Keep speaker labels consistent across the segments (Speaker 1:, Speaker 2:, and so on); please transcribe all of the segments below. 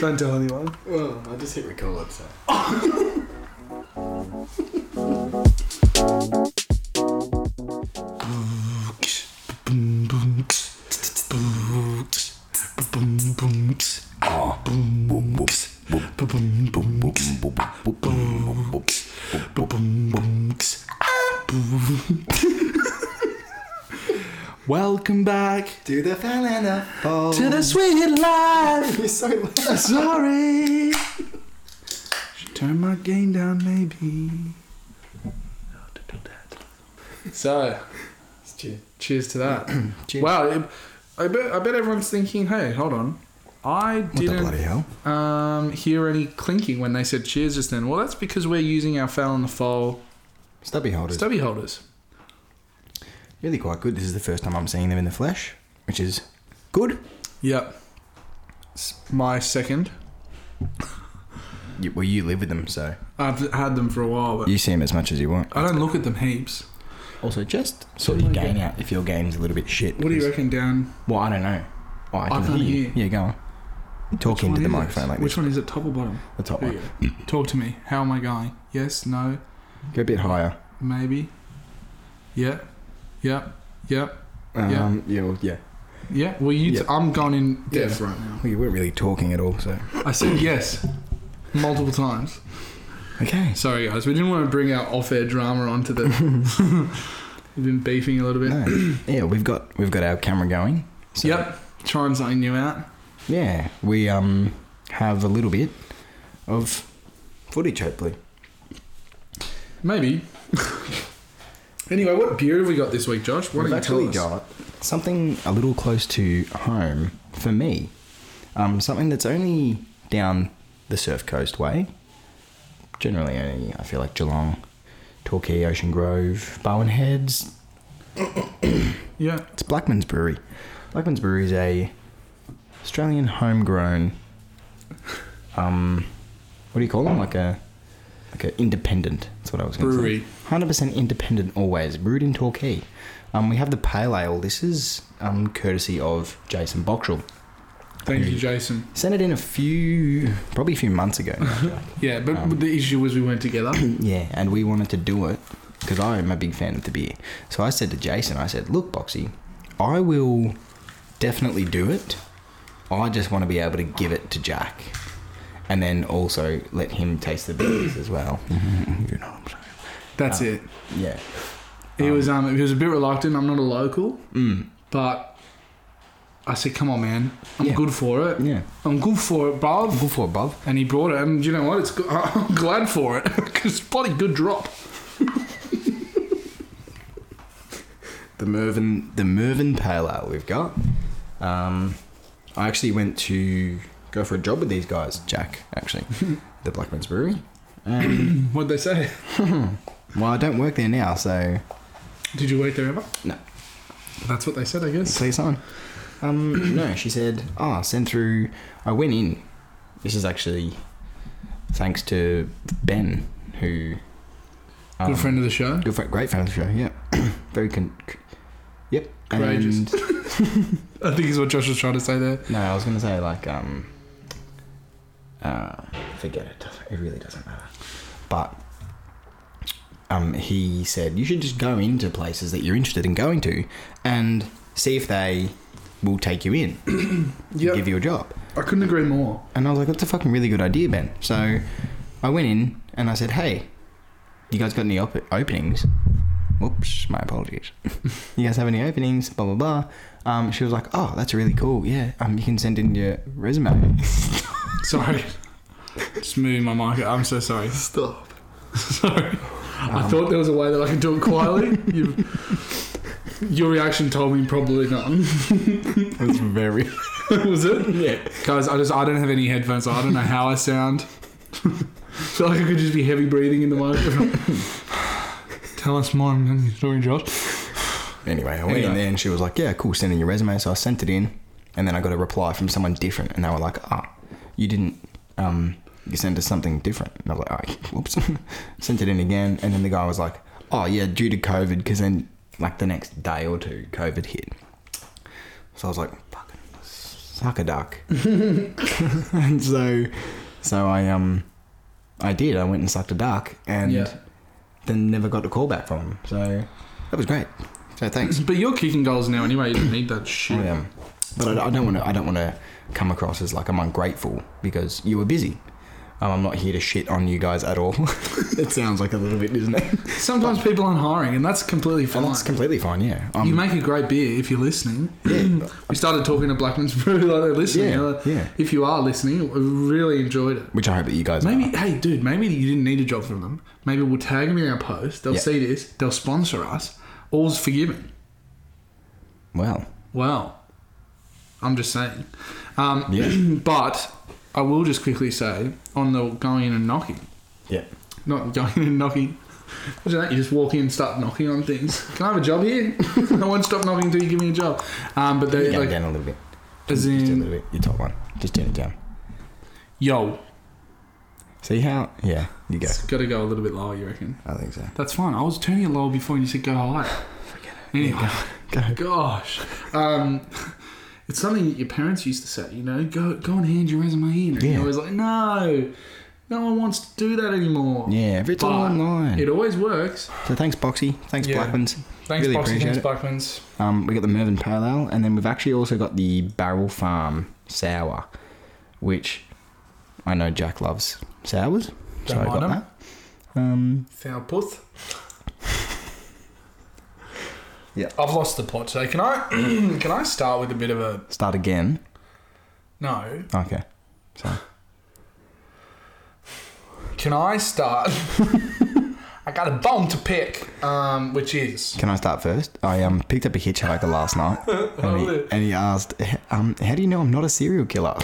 Speaker 1: Don't tell anyone.
Speaker 2: Well, I just hit record, so.
Speaker 1: Welcome back
Speaker 2: Do the fan and the fall.
Speaker 1: to the sweet life.
Speaker 2: You're so loud.
Speaker 1: Sorry. Should turn my game down, maybe. So,
Speaker 2: It's cheer.
Speaker 1: cheers to that.
Speaker 2: Cheers.
Speaker 1: Wow, it- I bet I bet everyone's thinking, hey, hold on, I didn't
Speaker 2: hell?
Speaker 1: um, hear any clinking when they said cheers just then. Well, that's because we're using our foul and the foal
Speaker 2: Stubby holders.
Speaker 1: stubby holders.
Speaker 2: really quite good. This is the first time I'm seeing them in the flesh, which is good.
Speaker 1: Yep. It's my second.
Speaker 2: You, well, you live with them, so
Speaker 1: I've had them for a while, but
Speaker 2: you see them as much as you want.
Speaker 1: I don't look at them heaps.
Speaker 2: Also, just sort
Speaker 1: my
Speaker 2: your gain
Speaker 1: God.
Speaker 2: out if your game's a little bit shit.
Speaker 1: What do you
Speaker 2: because-
Speaker 1: reckon, Dan?
Speaker 2: Well, I don't know. Oh, I can
Speaker 1: can't
Speaker 2: hear you.
Speaker 1: hear.
Speaker 2: Yeah, go on. Talk into
Speaker 1: Which
Speaker 2: the
Speaker 1: one is
Speaker 2: microphone
Speaker 1: it?
Speaker 2: like
Speaker 1: Which
Speaker 2: this.
Speaker 1: one is it, top or bottom?
Speaker 2: The top
Speaker 1: There
Speaker 2: one.
Speaker 1: you go. Talk to me. How am I going? Yes, no,
Speaker 2: Go a bit higher.
Speaker 1: maybe. Yeah, yeah, yeah, Yeah.
Speaker 2: Um, yeah. Well, yeah.
Speaker 1: yeah. Well, you.
Speaker 2: Yeah.
Speaker 1: T- I'm going in
Speaker 2: Yeah.
Speaker 1: depth right now.
Speaker 2: Well, you weren't really talking at all, so.
Speaker 1: I said yes multiple times.
Speaker 2: Okay.
Speaker 1: Sorry, guys. We didn't want to bring our off-air drama onto the. We've been beefing a little bit.
Speaker 2: No. yeah, we've got we've got our camera going. So,
Speaker 1: Yep. Trying something new out.
Speaker 2: Yeah, we um have a little bit of footage, hopefully.
Speaker 1: Maybe. anyway, what beer have we got this week, Josh? What
Speaker 2: We've
Speaker 1: do you
Speaker 2: actually
Speaker 1: tell us?
Speaker 2: got something a little close to home for me. Um, something that's only down the surf coast way. Generally, only I feel like Geelong, Torquay, Ocean Grove, Bowen Heads.
Speaker 1: Yeah.
Speaker 2: It's Blackman's Brewery. Blackman's Brewery is a Australian homegrown. Um, what do you call them? Like a like a independent. That's what I was going to say.
Speaker 1: Brewery.
Speaker 2: Hundred percent independent, always brewed in Torquay. Um, we have the pale ale. This is um, courtesy of Jason Boxall.
Speaker 1: Thank you, Jason.
Speaker 2: Sent it in a few, probably a few months ago. now.
Speaker 1: Yeah, but
Speaker 2: Um,
Speaker 1: the issue was we weren't together.
Speaker 2: yeah, and we wanted to do it because I am a big fan of the beer. So I said to Jason, I said, "Look, Boxy, I will definitely do it. I just want to be able to give it to Jack, and then also let him taste the beers as well." you know what I'm saying?
Speaker 1: That's
Speaker 2: Ah.
Speaker 1: it.
Speaker 2: Yeah.
Speaker 1: He
Speaker 2: Um,
Speaker 1: was um he was a bit reluctant. I'm not a local,
Speaker 2: Mm.
Speaker 1: but I said, "Come on, man, I'm
Speaker 2: Yeah.
Speaker 1: good for it.
Speaker 2: Yeah.
Speaker 1: I'm good for it, bruv."
Speaker 2: Go for it, Bob.
Speaker 1: And he brought it, and you know what? It's go- I'm glad for it because it's a bloody good drop.
Speaker 2: the Mervyn the Mervyn Pale Ale we've got. Um, I actually went to go for a job with these guys, Jack. Actually, the Blackman's Brewery. Um,
Speaker 1: What'd they say?
Speaker 2: well, I don't work there now, so
Speaker 1: Did you wait there ever?
Speaker 2: No.
Speaker 1: That's what they said, I guess.
Speaker 2: please on. Um, no, she said, "Ah, send through." I went in. This is actually thanks to Ben, who um,
Speaker 1: Good friend of the show.
Speaker 2: good friend, great friend of the show. Yeah, very con. c- Yep,
Speaker 1: Courageous.
Speaker 2: and
Speaker 1: I think is what Josh was trying to say there.
Speaker 2: No, I was gonna say like um, uh, forget it. It really doesn't matter. But um, he said you should just go into places that you're interested in going to, and see if they will take you in, and
Speaker 1: Yeah,
Speaker 2: give you a job.
Speaker 1: I couldn't agree more.
Speaker 2: And I was like, that's a fucking really good idea, Ben. So I went in and I said, hey, you guys got any op- openings? Whoops, my apologies. you guys have any openings? Blah, blah, blah. Um, she was like, oh, that's really cool. Yeah, um, you can send in your resume.
Speaker 1: Sorry. Just moving my mic. I'm so sorry. Stop. sorry. I
Speaker 2: Um,
Speaker 1: thought there was a way that I could do it quietly. you your reaction told me probably not.
Speaker 2: It was very.
Speaker 1: was it?
Speaker 2: yeah.
Speaker 1: Guys, I just I don't have any headphones. So I don't know how I sound. feel like I could just be heavy breathing in the microphone. Tell us more, man. You're Talking Josh.
Speaker 2: Anyway, I went in
Speaker 1: Anyway.
Speaker 2: there and she was like, yeah, cool, send in your resume. So I sent it in and then I got a reply from someone different and they were like, ah, you didn't, um, you sent us something different. And I was like, oh, whoops. sent it in again. And then the guy was like, oh, yeah, due to COVID, because then like the next day or two, COVID hit. So I was like, fucking suck a duck. and so, so I um, I did. I went and sucked a duck, and
Speaker 1: Yeah.
Speaker 2: then never got a call back from him. So that was great. So thanks.
Speaker 1: But you're kicking goals now anyway. You don't need that
Speaker 2: I
Speaker 1: shit.
Speaker 2: am. But I, I don't want to. I don't want to come across as like I'm ungrateful because you were busy. Um, I'm not here to shit on you guys at all. it sounds like a little bit, doesn't it?
Speaker 1: Sometimes people aren't hiring, and that's completely fine.
Speaker 2: And that's completely fine. Yeah.
Speaker 1: you
Speaker 2: Um,
Speaker 1: make a great beer if you're listening.
Speaker 2: yeah.
Speaker 1: We started talking to Blackman's Brew like they're listening.
Speaker 2: Yeah,
Speaker 1: Uh,
Speaker 2: yeah.
Speaker 1: If you are listening, we really enjoyed it.
Speaker 2: Which I hope that you guys
Speaker 1: Maybe, hey, dude, maybe you didn't need a job from them. Maybe we'll tag them in our post. They'll
Speaker 2: Yeah.
Speaker 1: see this. They'll sponsor us. All's forgiven.
Speaker 2: Well,
Speaker 1: Wow. I'm just saying. Um,
Speaker 2: Yeah.
Speaker 1: But I will just quickly say on the going in and knocking,
Speaker 2: yeah.
Speaker 1: not going in and knocking. What's that? You just walk in, and start knocking on things. Can I have a job here? no one stop knocking until you give me a job. Um, but they
Speaker 2: Turn it
Speaker 1: like, mm.
Speaker 2: down a little bit.
Speaker 1: as
Speaker 2: Just a
Speaker 1: in,
Speaker 2: little bit. Your top one. Just turn it down.
Speaker 1: yo,
Speaker 2: See how? Yeah, you go.
Speaker 1: it's got to go a little bit lower. You reckon?
Speaker 2: I think so.
Speaker 1: That's fine. I was turning it lower before you said go higher. Anyway,
Speaker 2: Go.
Speaker 1: gosh, um, it's something that your parents used to say. You know, go go and hand your resume in. And
Speaker 2: Yeah.
Speaker 1: you're always like, no, no one wants to do that anymore.
Speaker 2: Yeah, it's all
Speaker 1: But
Speaker 2: online.
Speaker 1: It always works.
Speaker 2: so thanks, Boxy. Thanks,
Speaker 1: Yeah.
Speaker 2: Blackmans.
Speaker 1: Thanks,
Speaker 2: Really
Speaker 1: Boxy.
Speaker 2: appreciate
Speaker 1: Thanks,
Speaker 2: it.
Speaker 1: Buckmans.
Speaker 2: Um, we got the Mervyn Parallel, and then we've actually also got the Barrel Farm Sour, which I know Jack loves sours. so I
Speaker 1: Don't
Speaker 2: got
Speaker 1: mind 'em.
Speaker 2: that. Um,
Speaker 1: Foul puth.
Speaker 2: Yeah.
Speaker 1: I've lost the plot today. Can I can I start with a bit of a
Speaker 2: start again.
Speaker 1: no?
Speaker 2: Okay. So
Speaker 1: Can I start? I got a bone to pick, um, which is
Speaker 2: can I start first? I um picked up a hitchhiker last night, and, he, and he asked, um, "How do you know I'm not a serial killer?"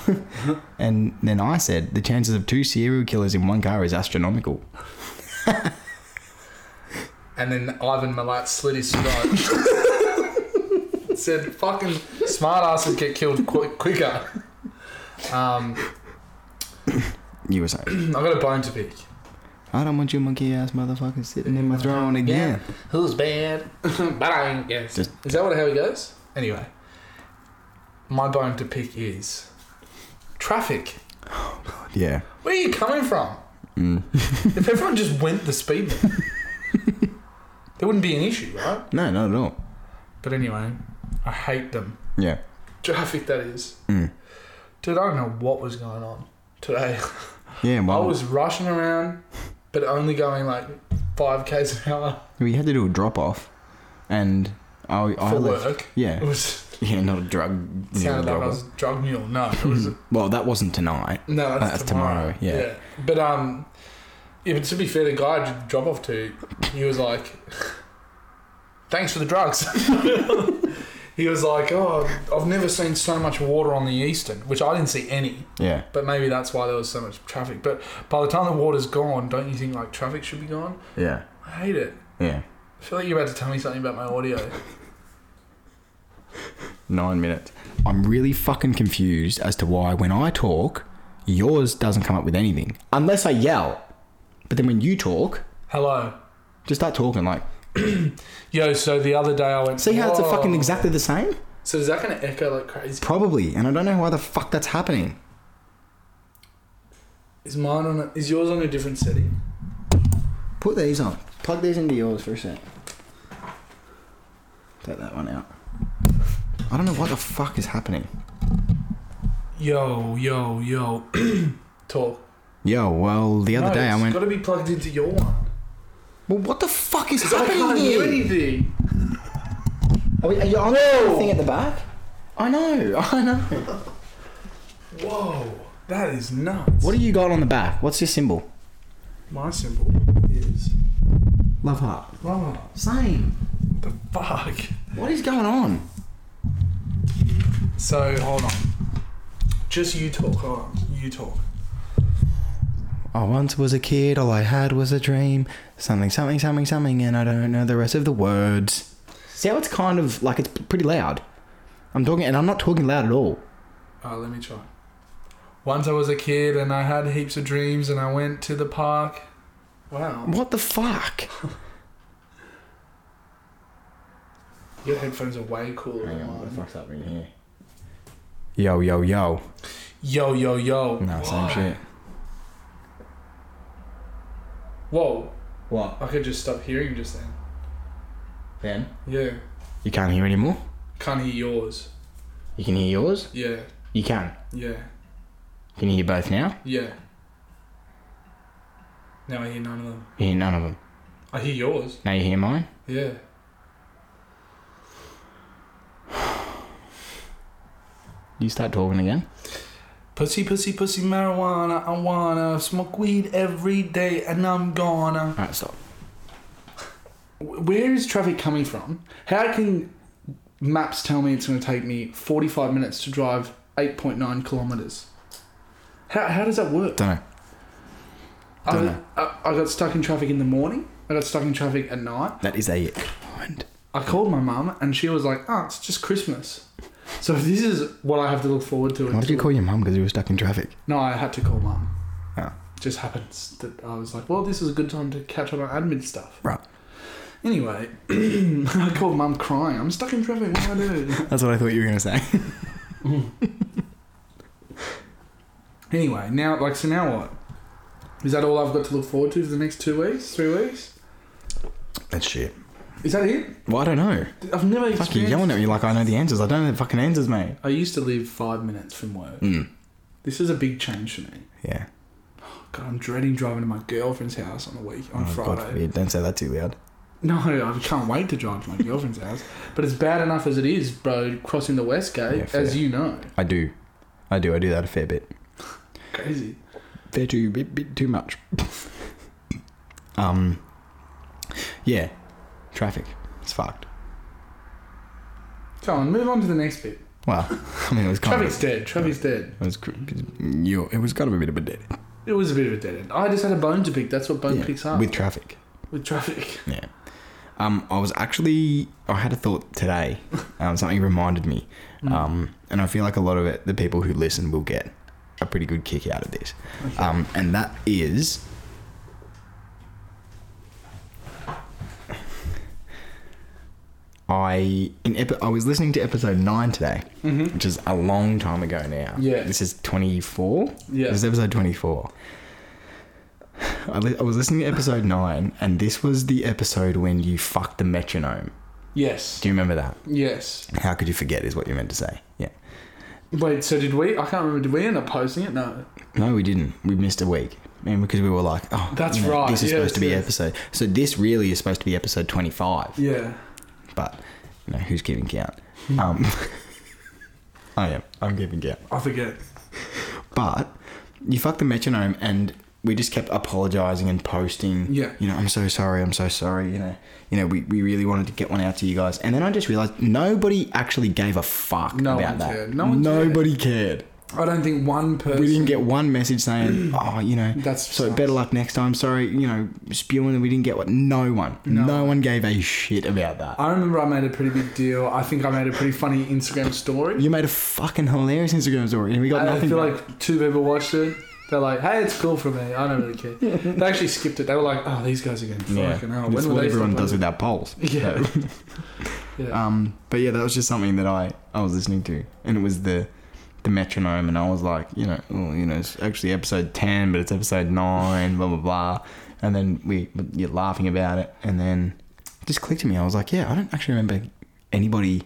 Speaker 2: and then I said, "The chances of two serial killers in one car is astronomical."
Speaker 1: and then Ivan Milat slid his throat. Said fucking smart asses get killed qu- quicker. Um,
Speaker 2: You were saying.
Speaker 1: I got a bone to pick.
Speaker 2: I don't want you monkey ass motherfuckers sitting in my throne again.
Speaker 1: Who's bad? but I ain't yes.
Speaker 2: Just-
Speaker 1: is that what how it goes? Anyway, my bone to pick is traffic.
Speaker 2: Yeah.
Speaker 1: Where are you coming from?
Speaker 2: Mm.
Speaker 1: if everyone just went the speed limit, there wouldn't be an issue, right?
Speaker 2: No, not at all.
Speaker 1: But anyway, I hate them.
Speaker 2: Yeah.
Speaker 1: Traffic that is.
Speaker 2: Mm.
Speaker 1: Dude, I don't know what was going on today.
Speaker 2: Yeah.
Speaker 1: I
Speaker 2: Well,
Speaker 1: was rushing around, but only going like five k's an hour
Speaker 2: we had to do a drop off, and I, I
Speaker 1: for
Speaker 2: left.
Speaker 1: work. It
Speaker 2: Yeah.
Speaker 1: was
Speaker 2: Yeah, not a drug.
Speaker 1: it sounded like I
Speaker 2: drop-off.
Speaker 1: was a drug mule. No, it was
Speaker 2: Mm. Well, that wasn't tonight.
Speaker 1: No, that's,
Speaker 2: That's
Speaker 1: tomorrow.
Speaker 2: tomorrow, yeah.
Speaker 1: But um, yeah. But to be fair, the guy I did drop off to, he was like, "Thanks for the drugs." he was like, "Oh, I've never seen so much water on the eastern," which I didn't see any.
Speaker 2: Yeah.
Speaker 1: But maybe that's why there was so much traffic. But by the time the water's gone, don't you think like traffic should be gone?
Speaker 2: Yeah.
Speaker 1: I hate it.
Speaker 2: Yeah.
Speaker 1: I feel like you're about to tell me something about my audio.
Speaker 2: Nine minutes. I'm really fucking confused as to why when I talk, yours doesn't come up with anything unless I yell. But then when you talk,
Speaker 1: Hello.
Speaker 2: just start talking like.
Speaker 1: Yo, so the other day I went.
Speaker 2: See how it's a
Speaker 1: "Whoa."
Speaker 2: fucking exactly the same?
Speaker 1: So is that going to echo like crazy?
Speaker 2: Probably, and I don't know why the fuck that's happening.
Speaker 1: Is mine on? A, is yours on a different setting?
Speaker 2: Put these on. Plug these into yours for a sec. Take that one out. I don't know what the fuck is happening.
Speaker 1: Yo, yo, yo. Talk.
Speaker 2: Yo, well, the other
Speaker 1: No,
Speaker 2: day I
Speaker 1: it's
Speaker 2: went.
Speaker 1: Got to be plugged into your one.
Speaker 2: Well, what the fuck is
Speaker 1: 'Cause I can't
Speaker 2: happening
Speaker 1: hear
Speaker 2: here?
Speaker 1: anything.
Speaker 2: Are, we, are you on the thing at the back? I know, I know.
Speaker 1: Whoa, that is nuts.
Speaker 2: What do you got on the back? What's your symbol?
Speaker 1: My symbol is
Speaker 2: Love heart.
Speaker 1: love.
Speaker 2: Same.
Speaker 1: The fuck.
Speaker 2: What is going on?
Speaker 1: So hold on. Just you talk. Hold on. You talk.
Speaker 2: I once was a kid, all I had was a dream. Something, something, something, something, and I don't know the rest of the words. See how it's kind of like it's pretty loud. I'm talking, and I'm not talking loud at all.
Speaker 1: Uh, let me try. Once I was a kid and I had heaps of dreams and I went to the park. Wow.
Speaker 2: What the fuck?
Speaker 1: Your headphones are way cooler than mine.
Speaker 2: fuck's happening here? Yo, yo, yo.
Speaker 1: Yo, yo, yo.
Speaker 2: No, same
Speaker 1: Why?
Speaker 2: shit.
Speaker 1: Whoa,
Speaker 2: What?
Speaker 1: I could just stop hearing just then.
Speaker 2: Ben?
Speaker 1: Yeah.
Speaker 2: You can't hear anymore?
Speaker 1: Can't hear yours.
Speaker 2: You can hear yours?
Speaker 1: Yeah,
Speaker 2: You can.
Speaker 1: yeah,
Speaker 2: Can you hear both now?
Speaker 1: yeah. Now I hear none of them.
Speaker 2: You hear none of them.
Speaker 1: I hear yours.
Speaker 2: Now you hear mine?
Speaker 1: Yeah.
Speaker 2: You start talking again?
Speaker 1: Pussy, pussy, pussy, marijuana. I wanna smoke weed every day and I'm gonna.
Speaker 2: Alright, stop.
Speaker 1: W- Where is traffic coming from? How can maps tell me it's gonna take me 45 minutes to drive 8.9 kilometers? How, how does that work?
Speaker 2: Don't know.
Speaker 1: I,
Speaker 2: Dunno.
Speaker 1: I, I got stuck in traffic in the morning. I got stuck in traffic at night.
Speaker 2: That is a kind.
Speaker 1: I called my mum and she was like, "Ah, it's just Christmas." So if this is what I have to look forward to.
Speaker 2: Why did you call your mum because you were stuck in traffic?
Speaker 1: No, I had to call mum.
Speaker 2: Ah.
Speaker 1: Just happens that I was like, "Well, this is a good time to catch up on admin stuff."
Speaker 2: Right.
Speaker 1: Anyway, I called mum crying. I'm stuck in traffic. What do I do?
Speaker 2: That's what I thought you were going to say.
Speaker 1: anyway, now like so now what? Is that all I've got to look forward to for the next two weeks, three weeks?
Speaker 2: That's shit.
Speaker 1: Is that it?
Speaker 2: Well, I don't know.
Speaker 1: I've never
Speaker 2: Fuck, you're
Speaker 1: experienced.
Speaker 2: yelling at me like I know the answers. I don't know the fucking answers, mate.
Speaker 1: I used to live five minutes from work.
Speaker 2: Mm.
Speaker 1: This is a big change for me.
Speaker 2: Yeah.
Speaker 1: God, I'm dreading driving to my girlfriend's house on the week on
Speaker 2: Oh, God
Speaker 1: Friday.
Speaker 2: forbid. Don't say that too loud.
Speaker 1: No, I can't wait to drive to my girlfriend's house. But it's bad enough as it is, bro, crossing the West Gate,
Speaker 2: Yeah, fair.
Speaker 1: as you know.
Speaker 2: I do. I do. I do that a fair bit.
Speaker 1: Crazy.
Speaker 2: Fair too bit, bit too much. um. Yeah. Traffic. It's fucked.
Speaker 1: Go on, move on to the next bit.
Speaker 2: Well, I mean, it was kind
Speaker 1: Traffic's
Speaker 2: of.
Speaker 1: dead. Traffic's dead.
Speaker 2: It was, cr- you, it was kind of a bit of a dead.
Speaker 1: It was a bit of a dead end. I just had a bone to pick. That's what bone
Speaker 2: yeah,
Speaker 1: picks up
Speaker 2: With
Speaker 1: with,
Speaker 2: traffic.
Speaker 1: traffic.
Speaker 2: Yeah. Um, I was actually. I had a thought today. Um, something reminded me.
Speaker 1: Mm.
Speaker 2: Um, and I feel like a lot of it, the people who listen will get a pretty good kick out of this.
Speaker 1: Okay.
Speaker 2: Um, and that is. I in epi- I was listening to episode nine today,
Speaker 1: hmm
Speaker 2: which is a long time ago now.
Speaker 1: Yeah.
Speaker 2: this is twenty four.
Speaker 1: Yeah.
Speaker 2: This is episode 24. I, li- I was listening to episode 9, and this was the episode when you fucked the metronome.
Speaker 1: Yes.
Speaker 2: Do you remember that?
Speaker 1: Yes.
Speaker 2: How could you forget, is what you meant to say. Yeah.
Speaker 1: Wait, so did we? I can't remember. Did we end up posting it? No.
Speaker 2: No, we didn't. We missed a week. And because we were like, oh,
Speaker 1: That's right.
Speaker 2: This is
Speaker 1: Yes,
Speaker 2: supposed to be
Speaker 1: yes.
Speaker 2: episode. So this really is supposed to be episode 25.
Speaker 1: Yeah.
Speaker 2: But, you know, who's keeping count?
Speaker 1: Hmm.
Speaker 2: Um, I am. I'm keeping count.
Speaker 1: I forget.
Speaker 2: But you fucked the metronome, and we just kept apologizing and posting.
Speaker 1: Yeah.
Speaker 2: You know, I'm so sorry. I'm so sorry. You know, you know, we, we really wanted to get one out to you guys, and then I just realized nobody actually gave a fuck
Speaker 1: No
Speaker 2: about
Speaker 1: one
Speaker 2: that.
Speaker 1: cared. No one
Speaker 2: nobody cared.
Speaker 1: I don't think one person.
Speaker 2: We didn't get one message saying, "Oh, you know,
Speaker 1: That's
Speaker 2: so better luck next time." Sorry, you know, spewing that we didn't get what. No one,
Speaker 1: No.
Speaker 2: no. one gave a shit about that.
Speaker 1: I remember I made a pretty big deal. I think I made a pretty funny Instagram story.
Speaker 2: you made a fucking hilarious Instagram story, and we got
Speaker 1: And I
Speaker 2: nothing.
Speaker 1: feel
Speaker 2: back.
Speaker 1: like two people watched it. They're like, "Hey, it's cool for me. I don't really care." They actually skipped it. They were like, "Oh, these guys again.
Speaker 2: yeah,
Speaker 1: Fucking hell.
Speaker 2: that's
Speaker 1: When will
Speaker 2: what
Speaker 1: they
Speaker 2: everyone
Speaker 1: stop
Speaker 2: does with our polls.
Speaker 1: Yeah. yeah.
Speaker 2: Um, but yeah, that was just something that I, I was listening to, and it was the the metronome, and I was like, you know, oh, you know, it's actually episode ten, but it's episode nine, blah blah blah, and then we you're laughing about it, and then it just clicked to me. I was like, yeah, I don't actually remember anybody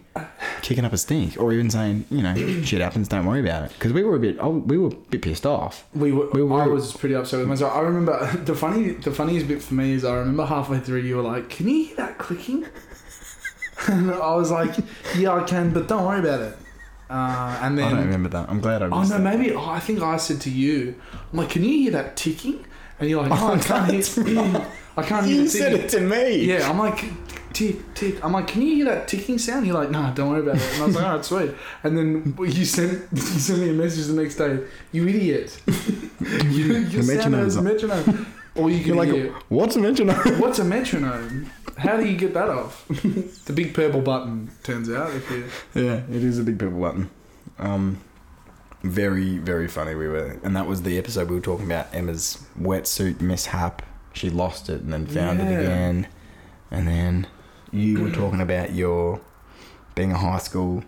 Speaker 2: kicking up a stink or even saying, you know, shit happens, don't worry about it, because we were a bit, oh, we were a bit pissed off.
Speaker 1: we were,
Speaker 2: we were-
Speaker 1: I was pretty upset with myself. I remember the funny, the funniest bit for me is I remember halfway through you were like, "Can you hear that clicking?" and I was like, "Yeah, I can, but don't worry about it." Uh, and
Speaker 2: I don't
Speaker 1: then,
Speaker 2: remember that. I'm glad I.
Speaker 1: oh
Speaker 2: Missed
Speaker 1: no, maybe oh, I think I said to you, "I'm like, can you hear that ticking?" And you're like,
Speaker 2: Oh,
Speaker 1: "No, I can't
Speaker 2: that's
Speaker 1: hear. I can't
Speaker 2: that.
Speaker 1: hear."
Speaker 2: You
Speaker 1: the
Speaker 2: said
Speaker 1: ticking."
Speaker 2: it to me.
Speaker 1: Yeah, I'm like, tick, tick. I'm like, can you hear that ticking sound? You're like, nah, don't worry about it. And I was like, alright, sweet. And then you sent you sent me a message the next day, you idiot. you you
Speaker 2: The
Speaker 1: sound as a
Speaker 2: metronome's-
Speaker 1: metronome. Or you can
Speaker 2: You're like,
Speaker 1: hear,
Speaker 2: what's a metronome?
Speaker 1: what's a metronome? How do you get that off? the big purple button, turns out, if you
Speaker 2: Yeah, it is a big purple button. Um, very, very funny. We were, and that was the episode we were talking about Emma's wetsuit mishap. She lost it and then found
Speaker 1: Yeah.
Speaker 2: it again, and then you were talking about your being a high school,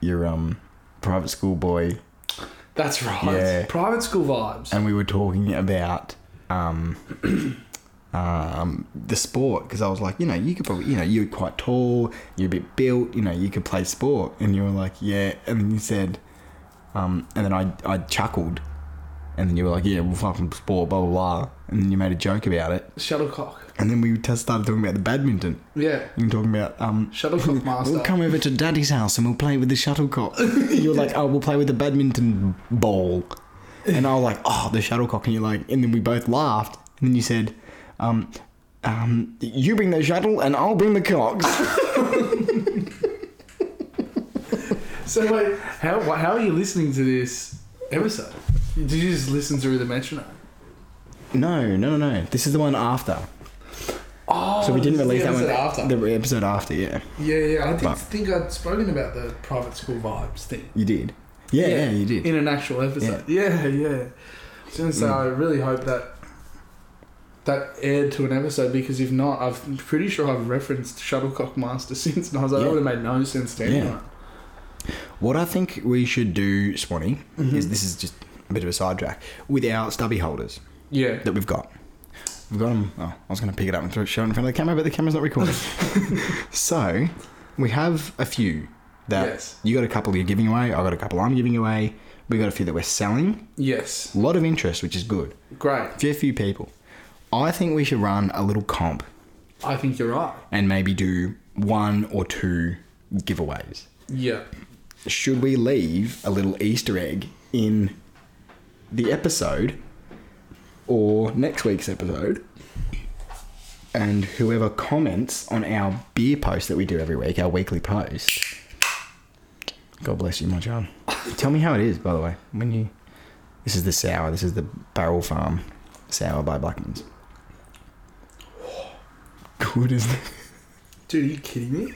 Speaker 2: your um private school boy,
Speaker 1: That's right.
Speaker 2: Yeah.
Speaker 1: Private school vibes.
Speaker 2: and we were talking about um, um, the sport because I was like, you know, you could probably, you know, you're quite tall, you're a bit built, you know, you could play sport, and you were like, yeah, and then you said, um, and then I I chuckled, and then you were like, yeah, well, fucking sport, blah blah blah, and then you made a joke about it,
Speaker 1: Shuttlecock.
Speaker 2: and then we just started talking about the badminton.
Speaker 1: Yeah.
Speaker 2: and talking about um,
Speaker 1: Shuttlecock master.
Speaker 2: We'll come over to Daddy's house and we'll play with the shuttlecock. You're like, oh, we'll play with the badminton ball. And I was like, oh, the shuttlecock. And you're like, and then we both laughed. And then you said, um, um, you bring the shuttle and I'll bring the cocks.
Speaker 1: So wait, how wh- how are you listening to this episode? Did you just listen through the metronome?
Speaker 2: no, no, no, no. This is the one after.
Speaker 1: Oh,
Speaker 2: so we didn't
Speaker 1: this is
Speaker 2: release
Speaker 1: the
Speaker 2: that one
Speaker 1: episode after.
Speaker 2: The episode after, yeah.
Speaker 1: yeah, yeah. I think,
Speaker 2: But-
Speaker 1: think I'd spoken about the private school vibes thing.
Speaker 2: You did. Yeah, yeah, you did. Mm.
Speaker 1: in an actual episode. Yeah, yeah. I was gonna say, I really hope that that aired to an episode because if not, I've- I'm pretty sure I've referenced Shuttlecock Master since, and I was like,
Speaker 2: Yeah.
Speaker 1: that would have made no sense to
Speaker 2: Yeah.
Speaker 1: anyone.
Speaker 2: What I think we should do, Swanee,
Speaker 1: Mm-hmm.
Speaker 2: is this is just a bit of a sidetrack with our stubby holders.
Speaker 1: Yeah,
Speaker 2: that we've got. We've got them. Oh, I was going to pick it up and throw it, show it in front of the camera, but the camera's not recording. so we have a few that
Speaker 1: Yes.
Speaker 2: you got a couple you're giving away. I got a couple I'm giving away. We got a few that we're selling.
Speaker 1: yes,
Speaker 2: A lot of interest, which is good.
Speaker 1: great.
Speaker 2: Fair few people. I think we should run a little comp
Speaker 1: I think you're right.
Speaker 2: and maybe do one or two giveaways.
Speaker 1: Yeah,
Speaker 2: Should we leave a little Easter egg in the episode or next week's episode? And whoever comments on our beer post that we do every week, our weekly post. God bless you, my child. Tell me how it is, by the way. When you, this is the sour. This is the Barrel Farm sour by Blackmans. Good isn't it?
Speaker 1: dude, are you kidding me?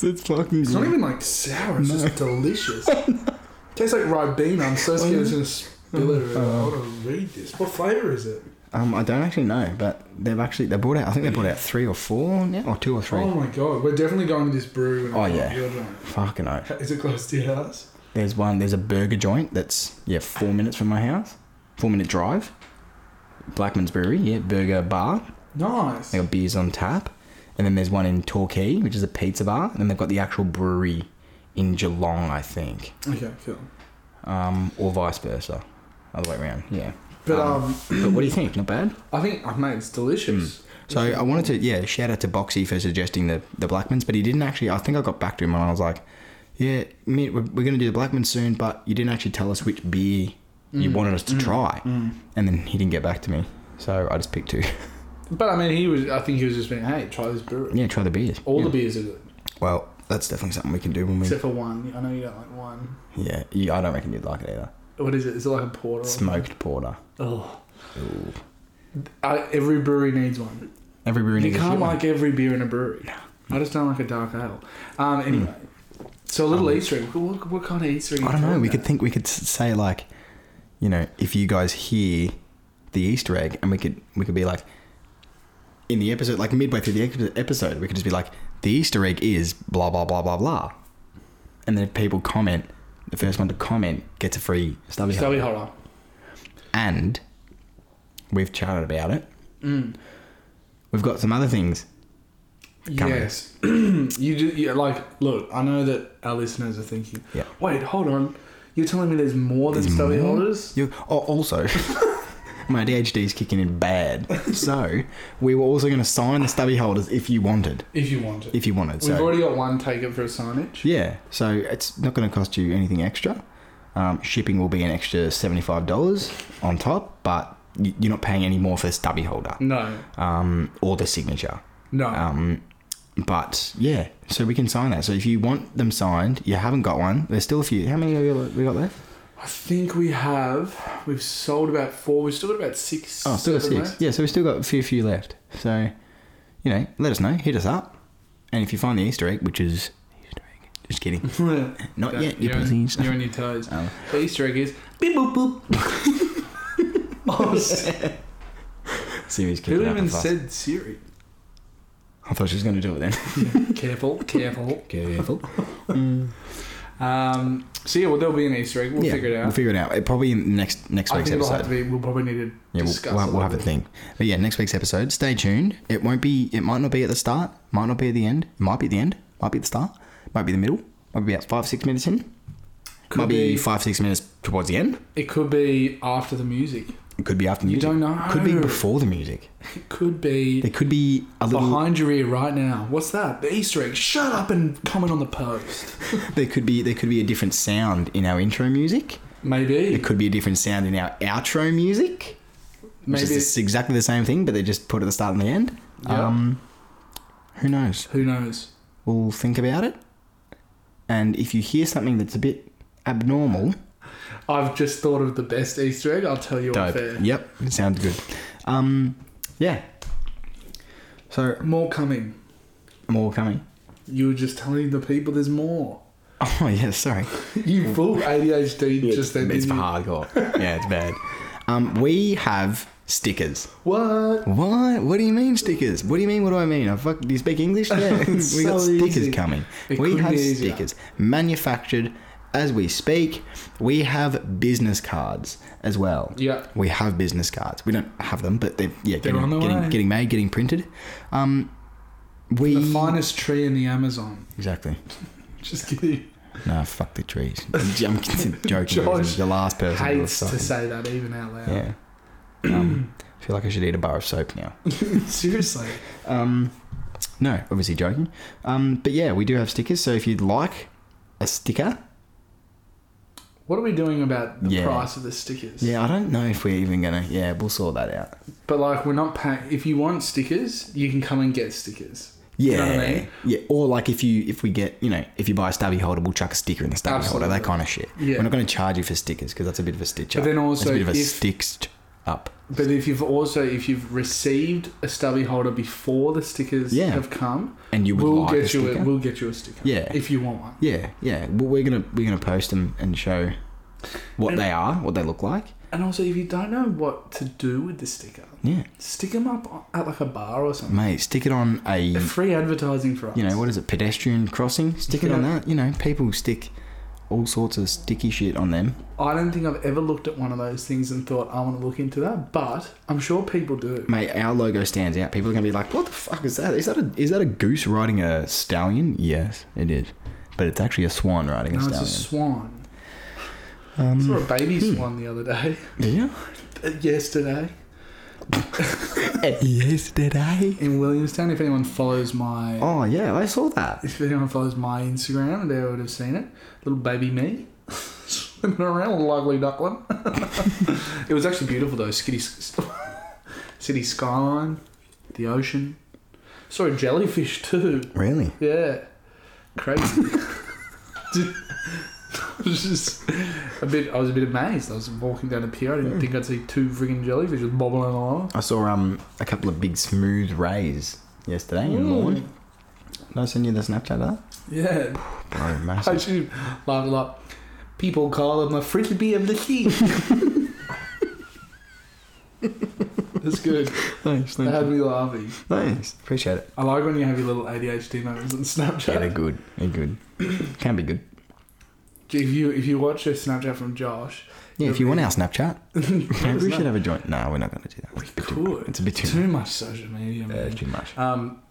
Speaker 2: It's fucking
Speaker 1: It's not
Speaker 2: good.
Speaker 1: even like sour. It's just delicious.
Speaker 2: Oh,
Speaker 1: Tastes like ribena. I'm so scared it's gonna spill
Speaker 2: Oh,
Speaker 1: everywhere. I want to read this. What flavor is it?
Speaker 2: Um, I don't actually know, but they've actually they brought out. I think they brought out three or four now, or two or three.
Speaker 1: Oh my god, we're definitely going to this brew.
Speaker 2: Oh, yeah.
Speaker 1: you're drunk.
Speaker 2: Fucking oath.
Speaker 1: Is it close to your house?
Speaker 2: There's one. There's a burger joint that's yeah four minutes from my house, four minute drive. Blackman's Brewery, yeah, burger bar.
Speaker 1: Nice.
Speaker 2: They got beers on tap, and then there's one in Torquay, which is a pizza bar, and then they've got the actual brewery in Geelong, I think,
Speaker 1: Okay, cool.
Speaker 2: um, or vice versa, other way around. Yeah.
Speaker 1: But um,
Speaker 2: but what do you think? Not bad.
Speaker 1: I think, oh, mate, it's delicious.
Speaker 2: So I wanted to yeah shout out to Boxy for suggesting the the Blackmans, but he didn't actually. I think I got back to him and I was like, yeah, mate, we're, we're going to do the Blackmans soon, but you didn't actually tell us which beer
Speaker 1: Mm.
Speaker 2: you wanted us to try, and then he didn't get back to me. So I just picked two. hmm.
Speaker 1: But I mean, he was. I think he was just being, hey, try this brewery.
Speaker 2: yeah, try the beers.
Speaker 1: All
Speaker 2: yeah.
Speaker 1: the beers are good,
Speaker 2: well, that's definitely something we can do when we.
Speaker 1: except for one. I know you don't like one.
Speaker 2: yeah, you, I don't reckon you'd like it either.
Speaker 1: What is it? Is it like a porter? or-
Speaker 2: Smoked porter.
Speaker 1: Oh. I, every brewery needs one.
Speaker 2: Every brewery
Speaker 1: You
Speaker 2: needs a
Speaker 1: can't
Speaker 2: shit one.
Speaker 1: like every beer in a brewery. I just don't like a dark ale. Um, anyway, so a little Easter egg. What, what kind of Easter egg?
Speaker 2: Um, I don't know. We could think we could s- say like, you know, if you guys hear the Easter egg, and we could we could be like, in the episode, like midway through the ex- episode, we could just be like, the Easter egg is blah blah blah blah blah, and then if people comment, the first one to comment gets a free stubby, hut.
Speaker 1: Stubby horror.
Speaker 2: and we've chatted about it. We've got some other things. Come on.
Speaker 1: Yes. you do, yeah, like, look, I know that our listeners are thinking,
Speaker 2: Yeah. Mm-hmm.
Speaker 1: wait, hold on. You're telling me there's more than
Speaker 2: There's
Speaker 1: stubby
Speaker 2: more?
Speaker 1: holders?
Speaker 2: You, oh, also, my ADHD is kicking in bad. So we were also going to sign the stubby holders if you wanted.
Speaker 1: If you want it.
Speaker 2: if you wanted.
Speaker 1: We've
Speaker 2: So
Speaker 1: already got one taken for a signage.
Speaker 2: yeah, so it's not going to cost you anything extra. Um, shipping will be an extra seventy-five dollars on top, but y- you're not paying any more for the stubby holder
Speaker 1: No,
Speaker 2: um, or the signature.
Speaker 1: no.
Speaker 2: Um, but yeah, so we can sign that. So if you want them signed, you haven't got one. There's still a few. How many have you got- we got left?
Speaker 1: I think we have. We've sold about four. We've still got about six.
Speaker 2: Oh, still got
Speaker 1: seven
Speaker 2: six.
Speaker 1: left.
Speaker 2: Yeah, so we still got a few, few left. So you know, let us know. Hit us up, and if you find the Easter egg, which is Easter egg, just kidding, not
Speaker 1: Don't-
Speaker 2: yet, you
Speaker 1: You're, on,
Speaker 2: pussies.
Speaker 1: you're on your toes.
Speaker 2: Um,
Speaker 1: The Easter egg is beep boop boop. I was-
Speaker 2: Series
Speaker 1: Who even said Siri?
Speaker 2: I thought she was going to do it then.
Speaker 1: Careful, careful.
Speaker 2: Careful.
Speaker 1: Um, so yeah, well, there'll be an Easter egg. We'll
Speaker 2: Mm. Yeah,
Speaker 1: figure it
Speaker 2: We'll
Speaker 1: out.
Speaker 2: figure it out. It, probably in next next
Speaker 1: I
Speaker 2: week's
Speaker 1: think it'll have
Speaker 2: episode.
Speaker 1: to be. We'll probably need to
Speaker 2: Yeah, we'll,
Speaker 1: discuss.
Speaker 2: we'll,
Speaker 1: it
Speaker 2: we'll have a
Speaker 1: little
Speaker 2: thing. But yeah, next week's episode. Stay tuned. It won't be. It might not be at the start. Might not be at the end. It might be at the end. Might be at the start. Might be the middle. Might be about five six minutes in.
Speaker 1: bit. Could
Speaker 2: might be,
Speaker 1: be.
Speaker 2: five six minutes towards the end.
Speaker 1: It could be after the music.
Speaker 2: It could be after
Speaker 1: You
Speaker 2: music.
Speaker 1: don't know.
Speaker 2: Could be before the music.
Speaker 1: It could be
Speaker 2: There could be a little.
Speaker 1: behind your ear right now. What's that? The Easter egg. Shut up and comment on the post.
Speaker 2: There could be there could be a different sound in our intro music.
Speaker 1: Maybe.
Speaker 2: There could be a different sound in our outro music. Which
Speaker 1: Maybe.
Speaker 2: is exactly the same thing, but they just put it at the start and the end.
Speaker 1: Yeah.
Speaker 2: Um, who knows?
Speaker 1: Who knows?
Speaker 2: we'll think about it. And if you hear something that's a bit abnormal,
Speaker 1: I've just thought of the best Easter egg. I'll tell you off air.
Speaker 2: Yep, it sounds good. Um, yeah. So
Speaker 1: More coming.
Speaker 2: more coming.
Speaker 1: You were just telling the people there's more.
Speaker 2: Oh yeah, sorry.
Speaker 1: You fool ADHD just then.
Speaker 2: it's for
Speaker 1: didn't you?
Speaker 2: hardcore. yeah, it's bad. Um, we have stickers.
Speaker 1: What?
Speaker 2: What? What do you mean stickers? What do you mean? What do I mean? I fuck. Do you speak English? Yeah, we
Speaker 1: It's
Speaker 2: got
Speaker 1: so
Speaker 2: stickers
Speaker 1: easy.
Speaker 2: coming.
Speaker 1: It
Speaker 2: we
Speaker 1: couldn't
Speaker 2: have
Speaker 1: be easier.
Speaker 2: stickers manufactured as we speak. We have business cards as well.
Speaker 1: Yeah.
Speaker 2: We have business cards. We don't have them, but they're yeah
Speaker 1: They're
Speaker 2: getting,
Speaker 1: on the way.
Speaker 2: getting, getting made, getting printed. Um, we
Speaker 1: The finest tree in the Amazon.
Speaker 2: exactly.
Speaker 1: Just kidding.
Speaker 2: Nah, fuck the trees. I'm joking. You're
Speaker 1: Josh
Speaker 2: the last person. to
Speaker 1: Hates to
Speaker 2: fucking-
Speaker 1: say that even out loud.
Speaker 2: Yeah. Um, I feel like I should eat a bar of soap now.
Speaker 1: Seriously.
Speaker 2: Um, no, obviously joking. Um, but yeah, we do have stickers. So if you'd like a sticker,
Speaker 1: What are we doing about the
Speaker 2: Yeah.
Speaker 1: price of the stickers?
Speaker 2: yeah, I don't know if we're even gonna. Yeah, we'll sort that out.
Speaker 1: But like, we're not paying. If you want stickers, you can come and get stickers.
Speaker 2: Yeah,
Speaker 1: You know what I mean?
Speaker 2: yeah. Or like if you if we get you know if you buy a stubby holder, we'll chuck a sticker in the stubby
Speaker 1: Absolutely.
Speaker 2: holder, that kind of shit.
Speaker 1: Yeah.
Speaker 2: We're not going to charge you for stickers because that's a bit of a stitch
Speaker 1: But
Speaker 2: up.
Speaker 1: then
Speaker 2: That's
Speaker 1: also,
Speaker 2: a bit of a
Speaker 1: if-
Speaker 2: stitched up.
Speaker 1: But if you've also if you've received a stubby holder before the stickers
Speaker 2: Yeah.
Speaker 1: have come,
Speaker 2: And you would
Speaker 1: we'll
Speaker 2: like a
Speaker 1: get you
Speaker 2: sticker.
Speaker 1: a, we'll get you a sticker.
Speaker 2: Yeah.
Speaker 1: If you want one.
Speaker 2: yeah, yeah. Well, we're gonna we're gonna post them and show what
Speaker 1: And-
Speaker 2: they are, what they look like.
Speaker 1: And also, if you don't know what to do with the sticker,
Speaker 2: Yeah,
Speaker 1: stick them up at like a bar or something.
Speaker 2: mate. Stick it on a
Speaker 1: Free advertising for us.
Speaker 2: you know what is it pedestrian crossing stick it on
Speaker 1: Yeah.
Speaker 2: that you know people stick all sorts of sticky shit on them
Speaker 1: I don't think I've ever looked at one of those things and thought I want to look into that, but I'm sure people do.
Speaker 2: mate our logo stands out people are gonna be like what the fuck is that is that a is that a goose riding a stallion yes it is but it's actually a swan riding
Speaker 1: No,
Speaker 2: a
Speaker 1: it's a
Speaker 2: stallion
Speaker 1: swan. I saw a
Speaker 2: um,
Speaker 1: baby swan the other day. uh,
Speaker 2: yeah
Speaker 1: Yesterday
Speaker 2: yesterday
Speaker 1: in Williamstown. If anyone follows my
Speaker 2: oh yeah i saw that
Speaker 1: If anyone follows my Instagram, they would have seen it. Little baby me swimming around, lovely duckling. it was actually beautiful though. City, city skyline, the ocean. Saw a jellyfish too.
Speaker 2: really
Speaker 1: Yeah, crazy. Dude, I was just a bit. I was a bit amazed. I was walking down the pier. I didn't think I'd see two friggin' jellyfish just bobbling along.
Speaker 2: i saw um a couple of big smooth rays yesterday in
Speaker 1: Mm.
Speaker 2: lawn did i send you the snapchat of
Speaker 1: Yeah,
Speaker 2: that bro
Speaker 1: I
Speaker 2: massive
Speaker 1: just laughed a lot. People call him a frisbee of the sea. That's good.
Speaker 2: thanks
Speaker 1: That had
Speaker 2: thanks
Speaker 1: me laughing.
Speaker 2: thanks appreciate it
Speaker 1: I like when you have your little ADHD moments on
Speaker 2: Yeah, they're
Speaker 1: Snapchat.
Speaker 2: good. They're good. Can be good.
Speaker 1: If you if you watch a Snapchat from Josh,
Speaker 2: Yeah, if you want our Snapchat, maybe we
Speaker 1: it's
Speaker 2: should
Speaker 1: not-
Speaker 2: have a joint. No, we're not going to do that. It's a bit too,
Speaker 1: could.
Speaker 2: It's a bit too,
Speaker 1: too much social media,
Speaker 2: uh,
Speaker 1: man.
Speaker 2: too much.
Speaker 1: Um,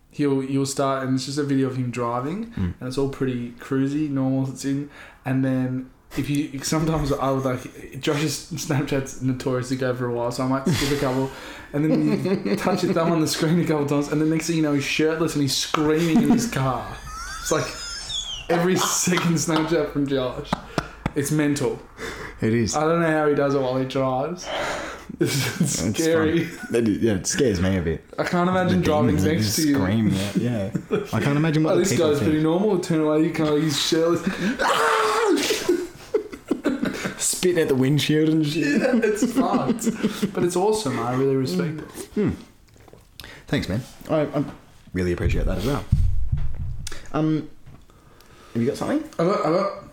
Speaker 1: he'll you'll start and it's just a video of him driving,
Speaker 2: Mm.
Speaker 1: and it's all pretty cruisy, normal. It's in, and then if you sometimes I would like Josh's Snapchat's notorious to go for a while, so I might skip a couple, and then you touch your thumb on the screen a couple times, and the next thing you know, he's shirtless and he's screaming in his car. It's like every second Snapchat from Josh. It's mental.
Speaker 2: It is.
Speaker 1: I don't know how he does it while he drives. It's, it's
Speaker 2: It's
Speaker 1: scary.
Speaker 2: It is- yeah, it scares me a bit.
Speaker 1: I can't imagine
Speaker 2: The
Speaker 1: driving
Speaker 2: demons, they
Speaker 1: next
Speaker 2: just
Speaker 1: to you.
Speaker 2: Scream. Yeah, yeah. I can't imagine what
Speaker 1: Oh,
Speaker 2: the
Speaker 1: this
Speaker 2: people
Speaker 1: guy's pretty
Speaker 2: think.
Speaker 1: normal. Turn away, you can't use shells.
Speaker 2: Spitting at the windshield and shit.
Speaker 1: it's fucked. Mm. But it's awesome. I really respect it.
Speaker 2: Thanks, man. I, I really appreciate that as well. Um, have you got something?
Speaker 1: I got, I got,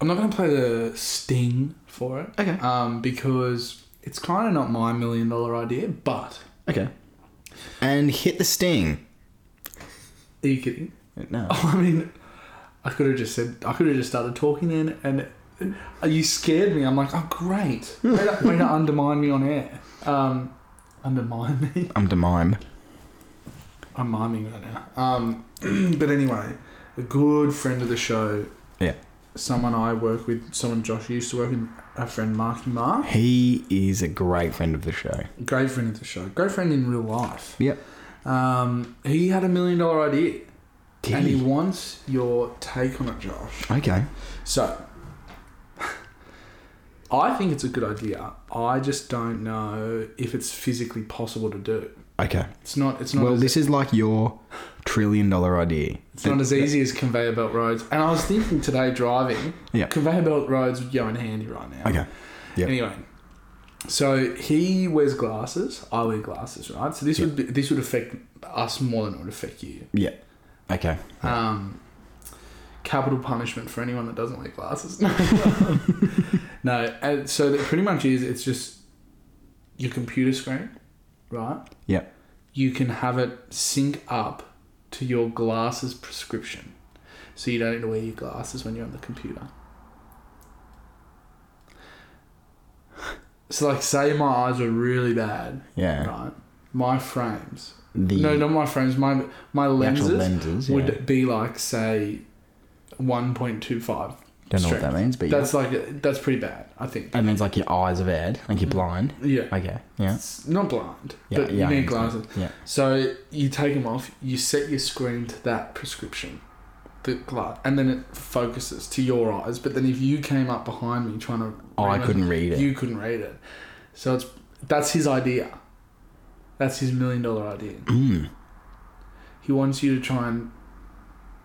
Speaker 1: I'm not going to play the sting for it
Speaker 2: Okay.
Speaker 1: um, because it's kind of not my million dollar idea, but.
Speaker 2: Okay. And hit the sting.
Speaker 1: Are you kidding?
Speaker 2: No.
Speaker 1: I mean, I could have just said, I could have just started talking then, and uh, you scared me. I'm like, oh great, way to, way to undermine me on air. Um, undermine me.
Speaker 2: I'm to mime.
Speaker 1: I'm miming right now. Um, but anyway, a good friend of the show.
Speaker 2: Yeah.
Speaker 1: Someone I work with, someone Josh used to work with, our friend Marky Mark.
Speaker 2: He is a great friend of the show.
Speaker 1: Great friend of the show. Great friend in real life.
Speaker 2: Yep.
Speaker 1: Um, he had a million dollar idea. And he wants your take on it, Josh.
Speaker 2: Okay.
Speaker 1: So, I think it's a good idea. I just don't know if it's physically possible to do.
Speaker 2: Okay.
Speaker 1: It's not. It's not.
Speaker 2: Well,
Speaker 1: as,
Speaker 2: this is like your trillion dollar idea.
Speaker 1: it's not as easy as conveyor belt roads. And I was thinking today driving.
Speaker 2: Yeah.
Speaker 1: Conveyor belt roads would go in handy right now.
Speaker 2: Okay. Yep.
Speaker 1: Anyway, so he wears glasses. I wear glasses, right? So this would be, this would affect us more than it would affect you.
Speaker 2: Yeah. Okay.
Speaker 1: Um, capital punishment for anyone that doesn't wear glasses. no, and so that pretty much is it's just your computer screen, right?
Speaker 2: Yeah.
Speaker 1: You can have it sync up to your glasses prescription, so you don't need to wear your glasses when you're on the computer. So, like, say my eyes are really bad,
Speaker 2: Yeah.
Speaker 1: right? My frames,
Speaker 2: The
Speaker 1: no, not my frames, my my
Speaker 2: the
Speaker 1: lenses
Speaker 2: actual lenses.
Speaker 1: would
Speaker 2: yeah.
Speaker 1: be like say 1.25
Speaker 2: Don't know what that means, but
Speaker 1: that's like that's pretty bad i think
Speaker 2: yeah. That means like your eyes are bad, like you're blind.
Speaker 1: yeah
Speaker 2: Okay. Yeah.
Speaker 1: it's not blind
Speaker 2: Yeah.
Speaker 1: but
Speaker 2: yeah, I
Speaker 1: you need glasses
Speaker 2: understand. Yeah.
Speaker 1: so you take them off you set your screen to that prescription the glass and then it focuses to your eyes but then if you came up behind me trying to
Speaker 2: Oh, I
Speaker 1: read it,
Speaker 2: couldn't read it.
Speaker 1: you couldn't read it so it's that's his idea that's his million dollar idea
Speaker 2: Mm.
Speaker 1: he wants you to try and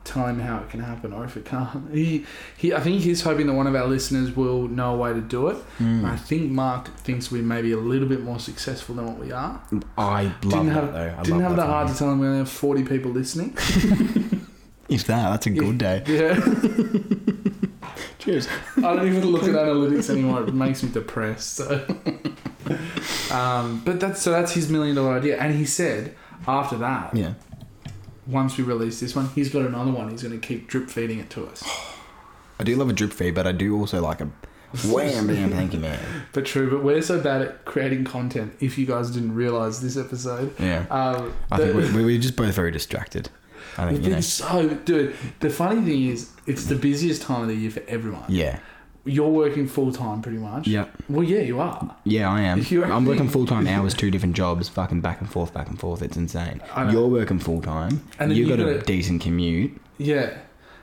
Speaker 1: tell him how it can happen or if it can't. He, he I think he's hoping that one of our listeners will know a way to do it.
Speaker 2: Mm.
Speaker 1: I think Mark thinks we may be a little bit more successful than what we are.
Speaker 2: I love
Speaker 1: Didn't
Speaker 2: that
Speaker 1: have-
Speaker 2: though. I
Speaker 1: Didn't
Speaker 2: love
Speaker 1: have the
Speaker 2: that
Speaker 1: heart to tell him we only have 40 people listening.
Speaker 2: If that, that's a good day.
Speaker 1: Yeah.
Speaker 2: Cheers.
Speaker 1: I don't even look at analytics anymore. It makes me depressed. So. um, but that's so that's his million dollar idea. And he said after that,
Speaker 2: Yeah.
Speaker 1: once we release this one, he's got another one. He's going to keep drip feeding it to us.
Speaker 2: I do love a drip feed, but I do also like a wham bam thank you man.
Speaker 1: But true, but we're so bad at creating content. If you guys didn't realize this episode,
Speaker 2: Yeah.
Speaker 1: um,
Speaker 2: I
Speaker 1: the-
Speaker 2: think we, we- we're just both very distracted. I
Speaker 1: we've
Speaker 2: think you know.
Speaker 1: been so dude. The funny thing is, it's the busiest time of the year for everyone.
Speaker 2: Yeah.
Speaker 1: You're working full time, pretty much.
Speaker 2: Yeah.
Speaker 1: Well, yeah, you are.
Speaker 2: Yeah, I am.
Speaker 1: You
Speaker 2: I'm working full time hours, two different jobs, fucking back and forth, back and forth. It's insane.
Speaker 1: I know.
Speaker 2: You're working full time.
Speaker 1: And then
Speaker 2: You've
Speaker 1: you
Speaker 2: got a
Speaker 1: gotta-
Speaker 2: decent commute.
Speaker 1: Yeah.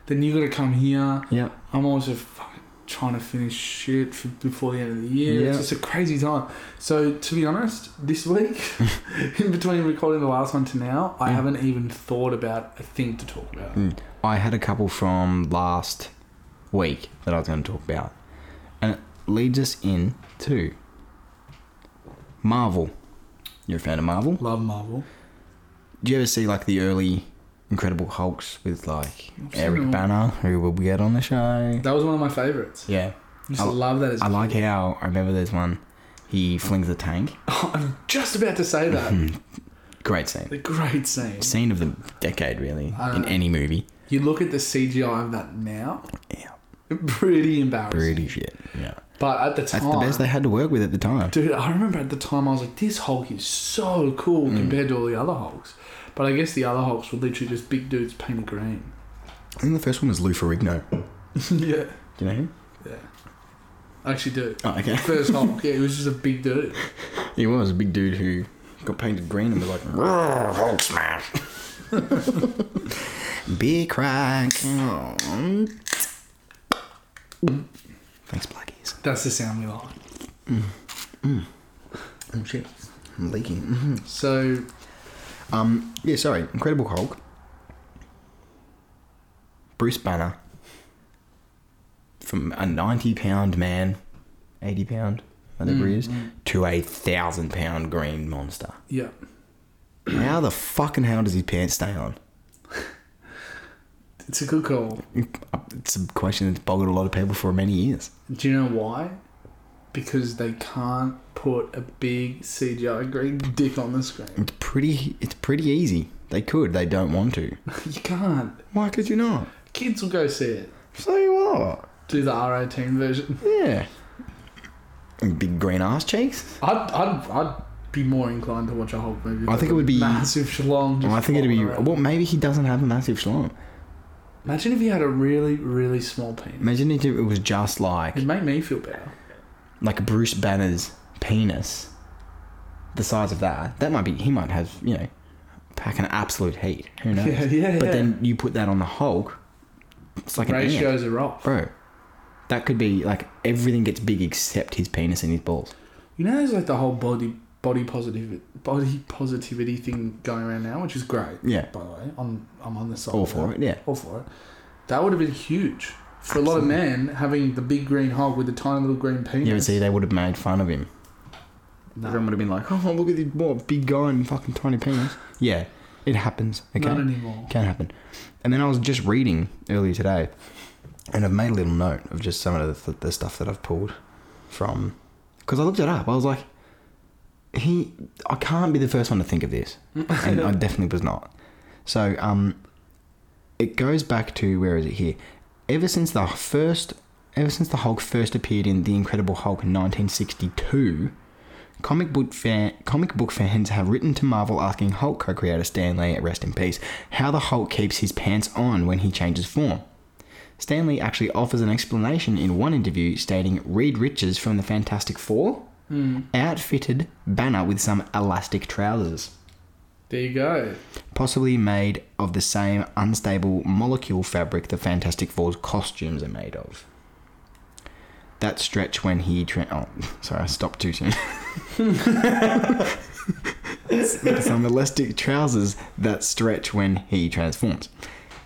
Speaker 1: Then you got to come here.
Speaker 2: Yep.
Speaker 1: I'm also fucking trying to finish shit for, before the end of the year.
Speaker 2: Yeah.
Speaker 1: It's just a crazy time. So to be honest, this week, in between recording the last one to now, I
Speaker 2: Mm.
Speaker 1: haven't even thought about a thing to talk about.
Speaker 2: Mm. I had a couple from last week that I was going to talk about, and it leads us in to Marvel. You're a fan of Marvel?
Speaker 1: Love Marvel.
Speaker 2: Do you ever see like the early Incredible Hulks with like
Speaker 1: I've seen them
Speaker 2: Eric
Speaker 1: all.
Speaker 2: Banner, who will we get on the show?
Speaker 1: That was one of my favorites.
Speaker 2: Yeah,
Speaker 1: Just
Speaker 2: I-
Speaker 1: love that. As
Speaker 2: I like how I remember there's one. He flings the tank.
Speaker 1: I'm just about to say that.
Speaker 2: Great scene.
Speaker 1: the great scene.
Speaker 2: scene of the decade, really,
Speaker 1: I don't
Speaker 2: in
Speaker 1: know.
Speaker 2: any movie.
Speaker 1: You look at the CGI of that now.
Speaker 2: Yeah.
Speaker 1: Pretty embarrassing.
Speaker 2: Pretty shit. Yeah,
Speaker 1: But at the
Speaker 2: that's
Speaker 1: time,
Speaker 2: the best they had to work with at the time.
Speaker 1: dude, I remember at the time I was like, this Hulk is so cool
Speaker 2: Mm.
Speaker 1: compared to all the other Hulks. But I guess the other Hulks were literally just big dudes painted green.
Speaker 2: I think the first one was Lou Ferrigno. Do
Speaker 1: yeah.
Speaker 2: you know him?
Speaker 1: Yeah. I actually do.
Speaker 2: Oh, okay.
Speaker 1: First Hulk, yeah, he was just a big dude.
Speaker 2: He was a big dude who got painted green and was like, "Roar, Hulk smash." Beer crack. Thanks, Blackies.
Speaker 1: That's the sound we like.
Speaker 2: Mm. Oh shit, I'm leaking. Mhm.
Speaker 1: So,
Speaker 2: Um, yeah, sorry. Incredible Hulk. Bruce Banner. From a 90 pound man, 80 pound, whatever
Speaker 1: Mm,
Speaker 2: he is, to a thousand pound green monster.
Speaker 1: yeah.
Speaker 2: How the fucking hell does his pants stay on?
Speaker 1: It's a good call.
Speaker 2: Uh, It's a question that's boggled a lot of people for many years.
Speaker 1: Do you know why? Because they can't put a big CGI green dick on the screen.
Speaker 2: It's pretty. It's pretty easy. They could. They don't want to.
Speaker 1: You can't.
Speaker 2: Why could you not?
Speaker 1: Kids will go see it.
Speaker 2: So what?
Speaker 1: Do the R18 version.
Speaker 2: Yeah. Big green ass cheeks.
Speaker 1: I'd, I'd, I'd be more inclined to watch a Hulk movie.
Speaker 2: I think it would be-
Speaker 1: massive schlong. just
Speaker 2: I think it'd be.
Speaker 1: flopping around.
Speaker 2: Well, maybe he doesn't have a massive schlong.
Speaker 1: Imagine if he had a really, really small penis.
Speaker 2: Imagine if it was just like
Speaker 1: It'd make me feel better.
Speaker 2: like Bruce Banner's penis, the size of that. That might be. He might have you know, pack an absolute heat. Who knows?
Speaker 1: Yeah, yeah,
Speaker 2: But
Speaker 1: yeah.
Speaker 2: then you put that on the Hulk. It's like an ant.
Speaker 1: Ratios are off.
Speaker 2: bro. That could be like everything gets big except his penis and his balls.
Speaker 1: You know, there's like the whole body body positive body positivity thing going around now, which is great.
Speaker 2: Yeah,
Speaker 1: By the way, I'm I'm on the side.
Speaker 2: all
Speaker 1: of
Speaker 2: for
Speaker 1: that.
Speaker 2: it. Yeah,
Speaker 1: All for it. That would have been huge for a lot of
Speaker 2: Absolutely.
Speaker 1: men having the big green hog with the tiny little green penis.
Speaker 2: yeah. But see, they would have made fun of him.
Speaker 1: no,
Speaker 2: Everyone would have been like, "Oh, look at this what, big guy and fucking tiny penis." Yeah, it happens. Okay,
Speaker 1: not anymore.
Speaker 2: can happen. And then I was just reading earlier today, and I've made a little note of just some of the, the stuff that I've pulled from, because I looked it up. I was like, he, I can't be the first one to think of this, and I definitely was not. So, um, it goes back to where is it here? Ever since the first, ever since the Hulk first appeared in The Incredible Hulk in 1962. Comic book, fan, comic book fans have written to Marvel asking Hulk co creator Stan Lee, rest in peace, how the Hulk keeps his pants on when he changes form. Stan Lee actually offers an explanation in one interview stating Reed Richards from the Fantastic Four
Speaker 1: Hmm.
Speaker 2: outfitted Banner with some elastic trousers,
Speaker 1: There you go.
Speaker 2: possibly made of the same unstable molecule fabric the Fantastic Four's costumes are made of. That stretch when he. Tra- oh, sorry, I stopped too soon. with some elastic trousers that stretch when he transforms.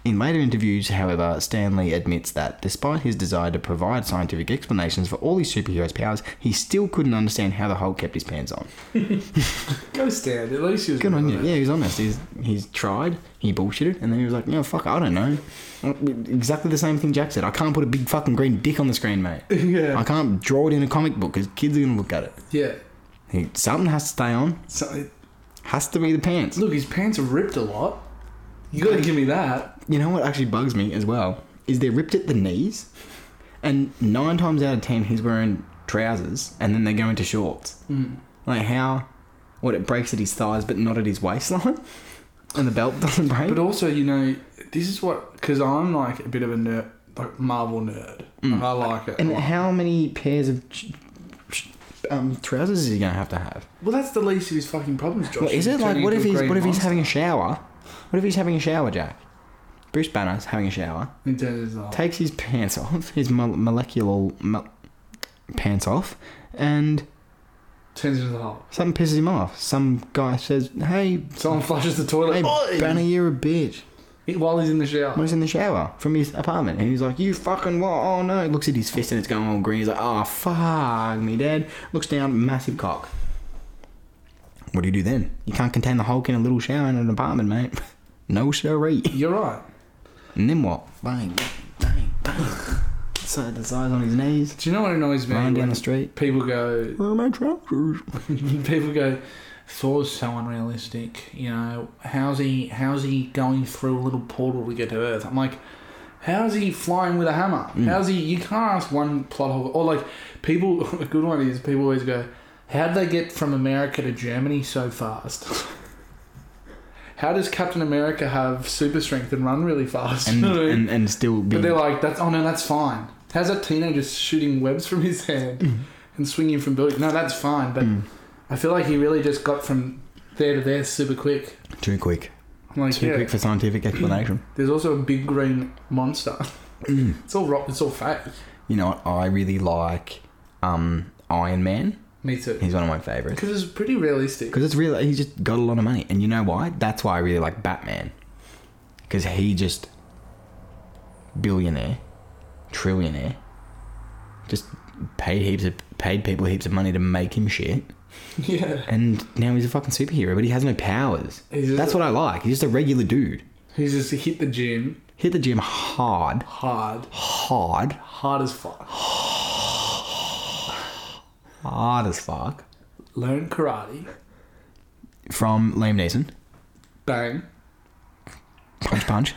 Speaker 2: In later interviews, however, Stanley admits that despite his desire to provide scientific explanations for all his superhero's powers, he still couldn't understand how the Hulk kept his pants on.
Speaker 1: Go stand. At least you was
Speaker 2: Good on you.
Speaker 1: relevant.
Speaker 2: Yeah, he's honest. He's he's tried. He bullshitted, and then he was like, "No, fuck, I don't know." Exactly the same thing Jack said. I can't put a big fucking green dick on the screen, mate.
Speaker 1: yeah.
Speaker 2: I can't draw it in a comic book because kids are gonna look at it.
Speaker 1: Yeah.
Speaker 2: He, something has to stay on.
Speaker 1: So
Speaker 2: Has to be the pants.
Speaker 1: look, his pants are ripped a lot. You gotta give me that.
Speaker 2: You know what actually bugs me as well is they're ripped at the knees, and nine times out of ten he's wearing trousers, and then they go into shorts.
Speaker 1: Mm.
Speaker 2: Like how, what it breaks at his thighs, but not at his waistline, and the belt doesn't break.
Speaker 1: But also, you know, this is what because I'm like a bit of a nerd, like Marvel nerd. Like, I like it. a
Speaker 2: Hmm. and
Speaker 1: lot.
Speaker 2: how many pairs of ch- ch- um, trousers is he gonna have to have?
Speaker 1: well, that's the least of his fucking problems, Josh.
Speaker 2: Well, is it like
Speaker 1: turning
Speaker 2: what
Speaker 1: into
Speaker 2: if
Speaker 1: a
Speaker 2: he's
Speaker 1: green
Speaker 2: what if he's
Speaker 1: monster.
Speaker 2: having a shower? What if he's having a shower, Jack? Bruce Banner's having a shower.
Speaker 1: He turns his eye.
Speaker 2: takes his pants off, his mo- molecular mo- pants off, and
Speaker 1: Turns into the Hulk.
Speaker 2: something pisses him off. Some guy says, "Hey,
Speaker 1: Someone flushes the
Speaker 2: hey,
Speaker 1: toilet Oi!
Speaker 2: Banner, you're a bitch."
Speaker 1: He- while he's in the shower.
Speaker 2: When he's in the shower from his apartment, and he's like, "You fucking what? Oh no!" He looks at his fist and it's going all green. He's like, "Oh fuck me, dad." Looks down, massive cock. What do you do then? You can't contain the Hulk in a little shower in an apartment, mate. No siree.
Speaker 1: You're right.
Speaker 2: And then what? Bang, bang, bang. So the size on his knees,
Speaker 1: Do you know what annoys me?
Speaker 2: lying down
Speaker 1: When
Speaker 2: the street.
Speaker 1: people go,
Speaker 2: Where are my trousers?
Speaker 1: people go. Thor's so unrealistic. You know, how's he? How's he going through a little portal to get to Earth? I'm like, how's he flying with a hammer?
Speaker 2: Mm.
Speaker 1: How's he? You can't ask one plot hole. Or like, people. A good one is people always go, how'd they get from America to Germany so fast? How does Captain America have super strength and run really fast?
Speaker 2: And,
Speaker 1: You know what I mean?
Speaker 2: and, and still be.
Speaker 1: But they're like, that's oh no, that's fine. How's that teenager shooting webs from his hand and swinging from buildings? No, that's fine. But
Speaker 2: Mm.
Speaker 1: I feel like he really just got from there to there super quick.
Speaker 2: too quick.
Speaker 1: I'm like,
Speaker 2: Too
Speaker 1: yeah.
Speaker 2: quick for scientific explanation.
Speaker 1: There's also a big green monster.
Speaker 2: Mm.
Speaker 1: It's all rock. It's all fake.
Speaker 2: You know what? I really like um, Iron Man.
Speaker 1: Me too.
Speaker 2: He's one of my favorites.
Speaker 1: Because it's pretty realistic.
Speaker 2: Because it's really. He's just got a lot of money. And you know why? That's why I really like Batman. Because he just. Billionaire. Trillionaire. Just paid heaps of. Paid people heaps of money to make him shit.
Speaker 1: Yeah.
Speaker 2: And now he's a fucking superhero, but he has no powers.
Speaker 1: He's just,
Speaker 2: That's what I like. He's just a regular dude.
Speaker 1: He's just hit the gym
Speaker 2: Hit the gym hard.
Speaker 1: hard,
Speaker 2: hard,
Speaker 1: hard as fuck.
Speaker 2: hard as fuck,
Speaker 1: Learn karate.
Speaker 2: from Liam Neeson.
Speaker 1: Bang.
Speaker 2: Punch, punch.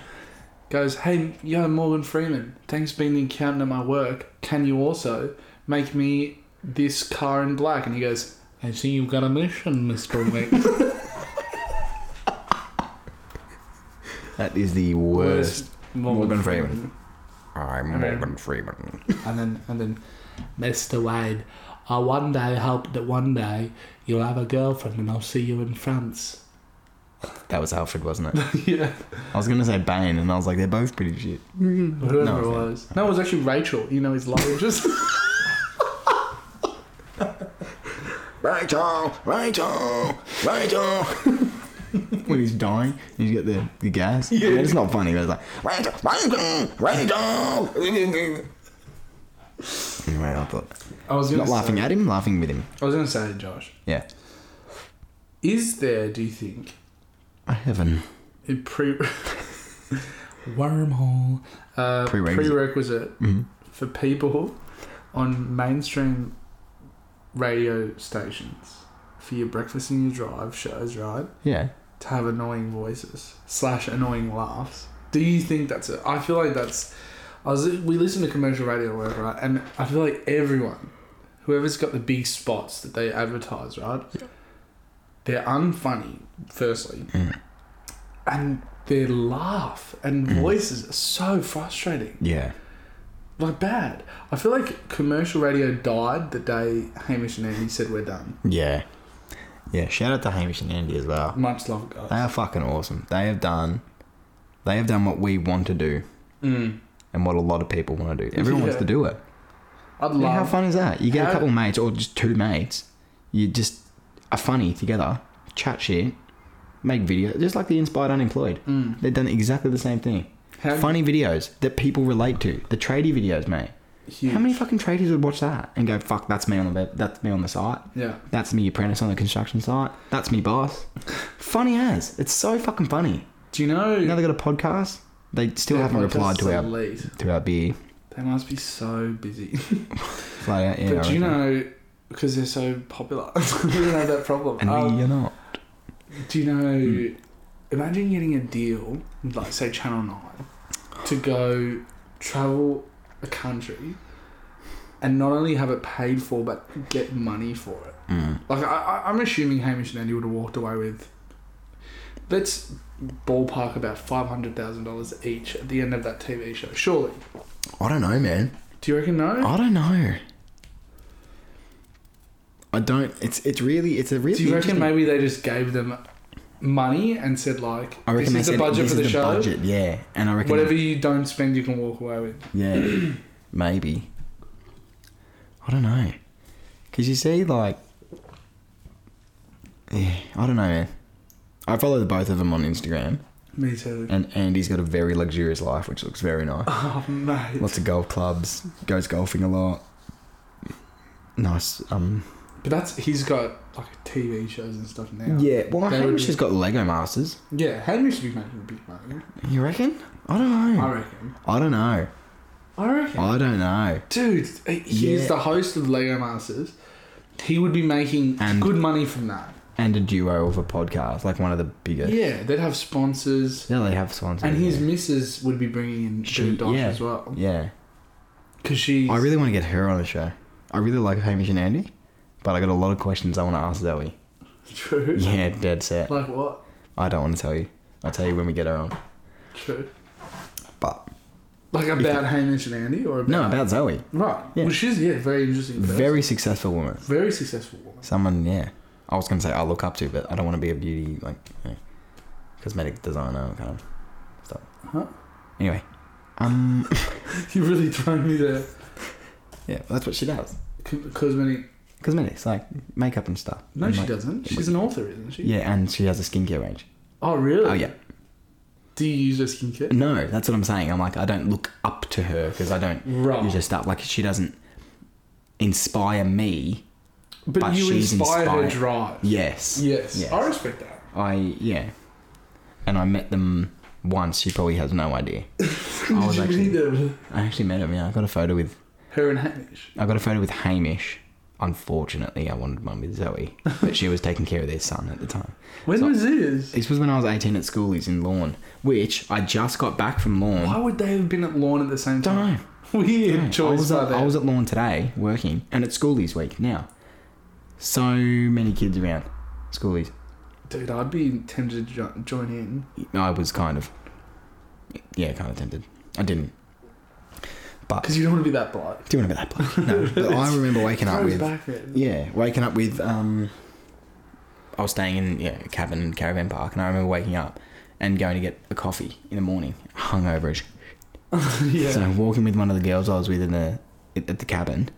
Speaker 1: goes, Hey, yo, Morgan Freeman, thanks for being the accountant at my work. Can you also make me this car in black? And he goes, I see you've got a mission, Mr. Wick.
Speaker 2: That is the worst. Morgan Freeman. I'm
Speaker 1: Okay.
Speaker 2: Morgan Freeman.
Speaker 1: And then, and then, Mr. Wade, I one day hope that one day you'll have a girlfriend and I'll see you in France.
Speaker 2: That was Alfred, wasn't it?
Speaker 1: yeah.
Speaker 2: I was gonna say Bane, and I was like, they're both pretty shit.
Speaker 1: Whoever
Speaker 2: No,
Speaker 1: it
Speaker 2: it's not.
Speaker 1: was. No, it was actually Rachel. You know, his love just.
Speaker 2: Rachel, Rachel, Rachel. when he's dying, he's got the, the gas. Yeah. it's not funny. But it's like Rachel, Rachel, Rachel. anyway, I thought
Speaker 1: I was gonna
Speaker 2: not laughing
Speaker 1: say,
Speaker 2: at him, laughing with him.
Speaker 1: I was gonna say, Josh,
Speaker 2: Yeah,
Speaker 1: is there? Do you think
Speaker 2: heaven.
Speaker 1: a pre wormhole uh,
Speaker 2: Prerequisite.
Speaker 1: prerequisite
Speaker 2: mm-hmm.
Speaker 1: for people on mainstream radio stations for your breakfast and your drive shows, right?
Speaker 2: Yeah,
Speaker 1: To have annoying voices slash annoying laughs. Do you think that's it? I feel like that's. I was we listen to commercial radio or whatever, right? And I feel like everyone, whoever's got the big spots that they advertise, right? They're unfunny, firstly,
Speaker 2: Mm.
Speaker 1: and their laugh and
Speaker 2: Mm.
Speaker 1: voices are so frustrating,
Speaker 2: yeah.
Speaker 1: like bad. I feel like commercial radio died the day Hamish and Andy said we're done.
Speaker 2: Yeah. Yeah, shout out to Hamish and Andy as well.
Speaker 1: Much love, guys.
Speaker 2: They are fucking awesome. They have done they have done what we want to do
Speaker 1: Mm.
Speaker 2: and what a lot of people want to do. Everyone wants
Speaker 1: Yeah.
Speaker 2: to do it.
Speaker 1: I'd
Speaker 2: Yeah, how
Speaker 1: love.
Speaker 2: fun is that? You get
Speaker 1: How-
Speaker 2: a couple mates or just two mates, you just are funny together, chat shit, make video just like the Inspired Unemployed.
Speaker 1: Mm.
Speaker 2: They've done exactly the same thing.
Speaker 1: How
Speaker 2: Funny videos that people relate to. The tradie videos, mate.
Speaker 1: huge.
Speaker 2: How many fucking tradies would watch that and go, "Fuck, that's me on the that's me on the site."
Speaker 1: Yeah.
Speaker 2: That's me apprentice on the construction site. That's me boss. Funny as. It's so fucking funny.
Speaker 1: Do you know?
Speaker 2: Now they got a podcast. They still
Speaker 1: their
Speaker 2: haven't replied to
Speaker 1: podcasts are
Speaker 2: our
Speaker 1: late.
Speaker 2: to our beer.
Speaker 1: They must be so busy.
Speaker 2: Flat out, yeah.
Speaker 1: but
Speaker 2: I
Speaker 1: do you
Speaker 2: reckon.
Speaker 1: know? Because they're so popular, we don't have that problem.
Speaker 2: And Hmm.
Speaker 1: Um,
Speaker 2: we are not.
Speaker 1: Do you know? Imagine getting a deal, like say Channel Nine, to go travel a country, and not only have it paid for, but get money for it.
Speaker 2: Mm.
Speaker 1: Like I, I, I'm assuming Hamish and Andy would have walked away with, let's ballpark about five hundred thousand dollars each at the end of that TV show. Surely,
Speaker 2: I don't know, man.
Speaker 1: do you reckon? No.
Speaker 2: I don't know. I don't. It's it's really it's a really.
Speaker 1: Do you reckon
Speaker 2: interesting-
Speaker 1: maybe they just gave them money and said like,
Speaker 2: I reckon
Speaker 1: this is
Speaker 2: they
Speaker 1: the
Speaker 2: said
Speaker 1: budget
Speaker 2: this
Speaker 1: for the
Speaker 2: is
Speaker 1: show.
Speaker 2: budget, yeah. And I reckon
Speaker 1: Whatever you don't spend, you can walk away with.
Speaker 2: Yeah, maybe. I don't know. Because you see, like. Yeah, I don't know, man. I follow the both of them on Instagram,
Speaker 1: Me too.
Speaker 2: and Andy's got a very luxurious life, which looks very nice.
Speaker 1: Oh mate.
Speaker 2: Lots of golf clubs, goes golfing a lot. Nice. Um.
Speaker 1: But that's he's got like TV shows and stuff now.
Speaker 2: Yeah. Well,
Speaker 1: They would
Speaker 2: Hamish
Speaker 1: be-
Speaker 2: has got Lego Masters.
Speaker 1: Yeah, Hamish should be making big money.
Speaker 2: You reckon? I don't
Speaker 1: I
Speaker 2: know.
Speaker 1: reckon.
Speaker 2: I don't know.
Speaker 1: I reckon.
Speaker 2: I don't know.
Speaker 1: Dude, he's
Speaker 2: Oh. Yeah.
Speaker 1: the host of Lego Masters. He would be making
Speaker 2: And-
Speaker 1: good money from that.
Speaker 2: And a duo of a podcast, like one of the
Speaker 1: Yeah,
Speaker 2: bigger.
Speaker 1: they'd have sponsors.
Speaker 2: Yeah, they have sponsors.
Speaker 1: And his
Speaker 2: yeah.
Speaker 1: missus would be bringing in
Speaker 2: She-
Speaker 1: Jim Dosh
Speaker 2: yeah.
Speaker 1: as well.
Speaker 2: Yeah.
Speaker 1: Because she's.
Speaker 2: I really want to get her on the show. I really like Hamish and Andy, but I got a lot of questions I want to ask Zoe.
Speaker 1: True.
Speaker 2: Yeah, dead set.
Speaker 1: Like what?
Speaker 2: I don't want to tell you. I'll tell you when we get her on.
Speaker 1: True.
Speaker 2: But
Speaker 1: Like about Hamish and Andy, or about,
Speaker 2: no, about Zoe.
Speaker 1: right?
Speaker 2: Yeah.
Speaker 1: Well, she's yeah, very interesting, person.
Speaker 2: Very successful woman.
Speaker 1: very successful woman.
Speaker 2: Someone, yeah. I was gonna say I look up to, but I don't want to be a beauty like you know, cosmetic designer kind of stuff.
Speaker 1: Huh?
Speaker 2: Anyway, um,
Speaker 1: You really thrown me there.
Speaker 2: yeah, that's what she does.
Speaker 1: Co- Cosmetic?
Speaker 2: Cosmetics, like makeup and stuff.
Speaker 1: No,
Speaker 2: And,
Speaker 1: she
Speaker 2: like-
Speaker 1: doesn't. She's an author, isn't she?
Speaker 2: Yeah, and she has a skincare range.
Speaker 1: Oh really?
Speaker 2: Oh yeah.
Speaker 1: Do you use her skincare?
Speaker 2: No, that's what I'm saying. I'm like, I don't look up to her because I don't
Speaker 1: Right.
Speaker 2: use her stuff. Like, she doesn't inspire me.
Speaker 1: but,
Speaker 2: but
Speaker 1: you
Speaker 2: she's
Speaker 1: inspire her
Speaker 2: inspired.
Speaker 1: drive.
Speaker 2: Yes.
Speaker 1: Yes.
Speaker 2: Yes.
Speaker 1: I respect that.
Speaker 2: I, yeah. And I met them once. She probably has no idea. I
Speaker 1: Did
Speaker 2: was
Speaker 1: you
Speaker 2: actually,
Speaker 1: meet her?
Speaker 2: I actually met him. Yeah, I got a photo with,
Speaker 1: Her and Hamish.
Speaker 2: I got a photo with Hamish Unfortunately, I wanted one with Zoe, but she was taking care of their son at the time.
Speaker 1: When
Speaker 2: So-
Speaker 1: was this?
Speaker 2: This was when I was 18 at school. He's in lawn, which I just got back from lawn.
Speaker 1: Why would they have been at lawn at the same
Speaker 2: Don't
Speaker 1: time?
Speaker 2: know.
Speaker 1: Weird
Speaker 2: Yeah, Mm, I
Speaker 1: choice
Speaker 2: was,
Speaker 1: by
Speaker 2: at,
Speaker 1: them.
Speaker 2: I was at lawn today working and at schoolies week now. So many kids around schoolies.
Speaker 1: Dude, I'd be tempted to jo- join in.
Speaker 2: I was kind of, yeah, kind of tempted. I didn't. But
Speaker 1: Because you don't want to be that bloke.
Speaker 2: do you remember that bloke? No, but I remember waking up
Speaker 1: Throws
Speaker 2: with
Speaker 1: back then.
Speaker 2: yeah, waking up with um, I was staying in yeah a cabin in Caravan Park, and I remember waking up and going to get a coffee in the morning, hungover as
Speaker 1: yeah.
Speaker 2: So I'm walking with one of the girls I was with in the at at the cabin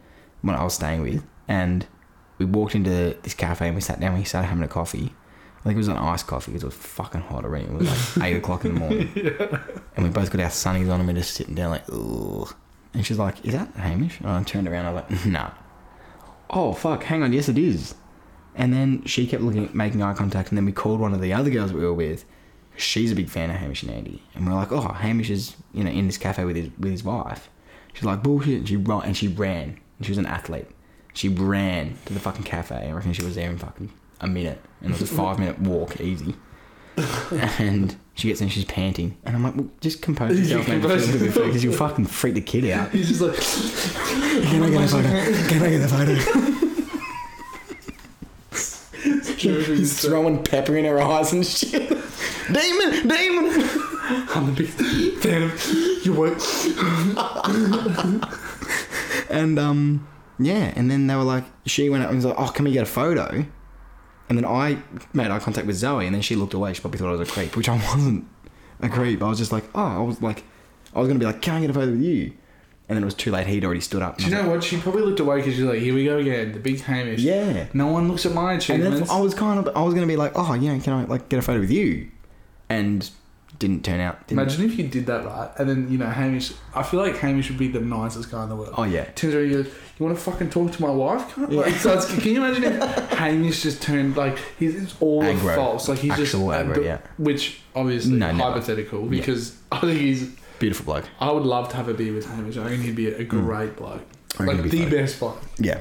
Speaker 2: when I was staying with, and we walked into this cafe and we sat down. and We started having a coffee. I think it was an iced coffee because it was fucking hot already. It was like eight o'clock in the morning, and we both got our sunnies on and we're just sitting down like, ugh. And she's like, "Is that Hamish?" And I turned around. I was like, "No." Oh fuck! Hang on. Yes, it is. And then she kept looking, making eye contact, and then we called one of the other girls that we were with. She's a big fan of Hamish and Andy, and we're like, "Oh, Hamish is you know in this cafe with his with his wife." She's like, "Bullshit!" And she ran, and she ran. And she was an athlete. She ran to the fucking cafe. I reckon she was there in fucking a minute, and it was a five minute walk, easy. and she gets in, she's panting, and I'm like, well, "Just compose
Speaker 1: You
Speaker 2: yourself, man,
Speaker 1: compose yourself.
Speaker 2: because you'll fucking freak the kid out."
Speaker 1: He's just like,
Speaker 2: Can I get a photo? Can I get a photo? He's throwing pepper in her eyes and shit. Demon, demon.
Speaker 1: I'm the big fan of your work.
Speaker 2: And um, yeah. And then they were like, she went up and was like, "Oh, can we get a photo?" And then I made eye contact with Zoe, and then she looked away. She probably thought I was a creep, which I wasn't a creep. I was just like, "Oh, I was like, I was gonna be like, can I get a photo with you?" And then it was too late. He'd already stood up.
Speaker 1: Do
Speaker 2: and
Speaker 1: you
Speaker 2: I
Speaker 1: know what? She probably looked away because she's like, here we go again, the big Hamish.
Speaker 2: was like, yeah.
Speaker 1: No one looks at my
Speaker 2: And then
Speaker 1: achievements.
Speaker 2: I was kind of, I was gonna be like, oh, you know, can I like get a photo with you? And didn't turn out. Didn't
Speaker 1: Imagine if you did that right, and then you know Hamish. I feel like Hamish would be the nicest guy in the world.
Speaker 2: Oh yeah.
Speaker 1: Turns around, he goes, "You want to fucking talk to my wife?" Can't
Speaker 2: Yeah.
Speaker 1: like, starts, can you imagine if Hamish just turned like he's it's all
Speaker 2: Aggro.
Speaker 1: false, like he's just
Speaker 2: Actual aggro,
Speaker 1: but-
Speaker 2: yeah.
Speaker 1: which obviously
Speaker 2: No, never.
Speaker 1: hypothetical
Speaker 2: Yeah.
Speaker 1: because I think he's.
Speaker 2: Beautiful bloke.
Speaker 1: I would love to have a beer with Hamish. I think he'd be a great bloke,
Speaker 2: Hmm. I reckon
Speaker 1: like
Speaker 2: it'd
Speaker 1: the
Speaker 2: be fun.
Speaker 1: best bloke.
Speaker 2: Yeah.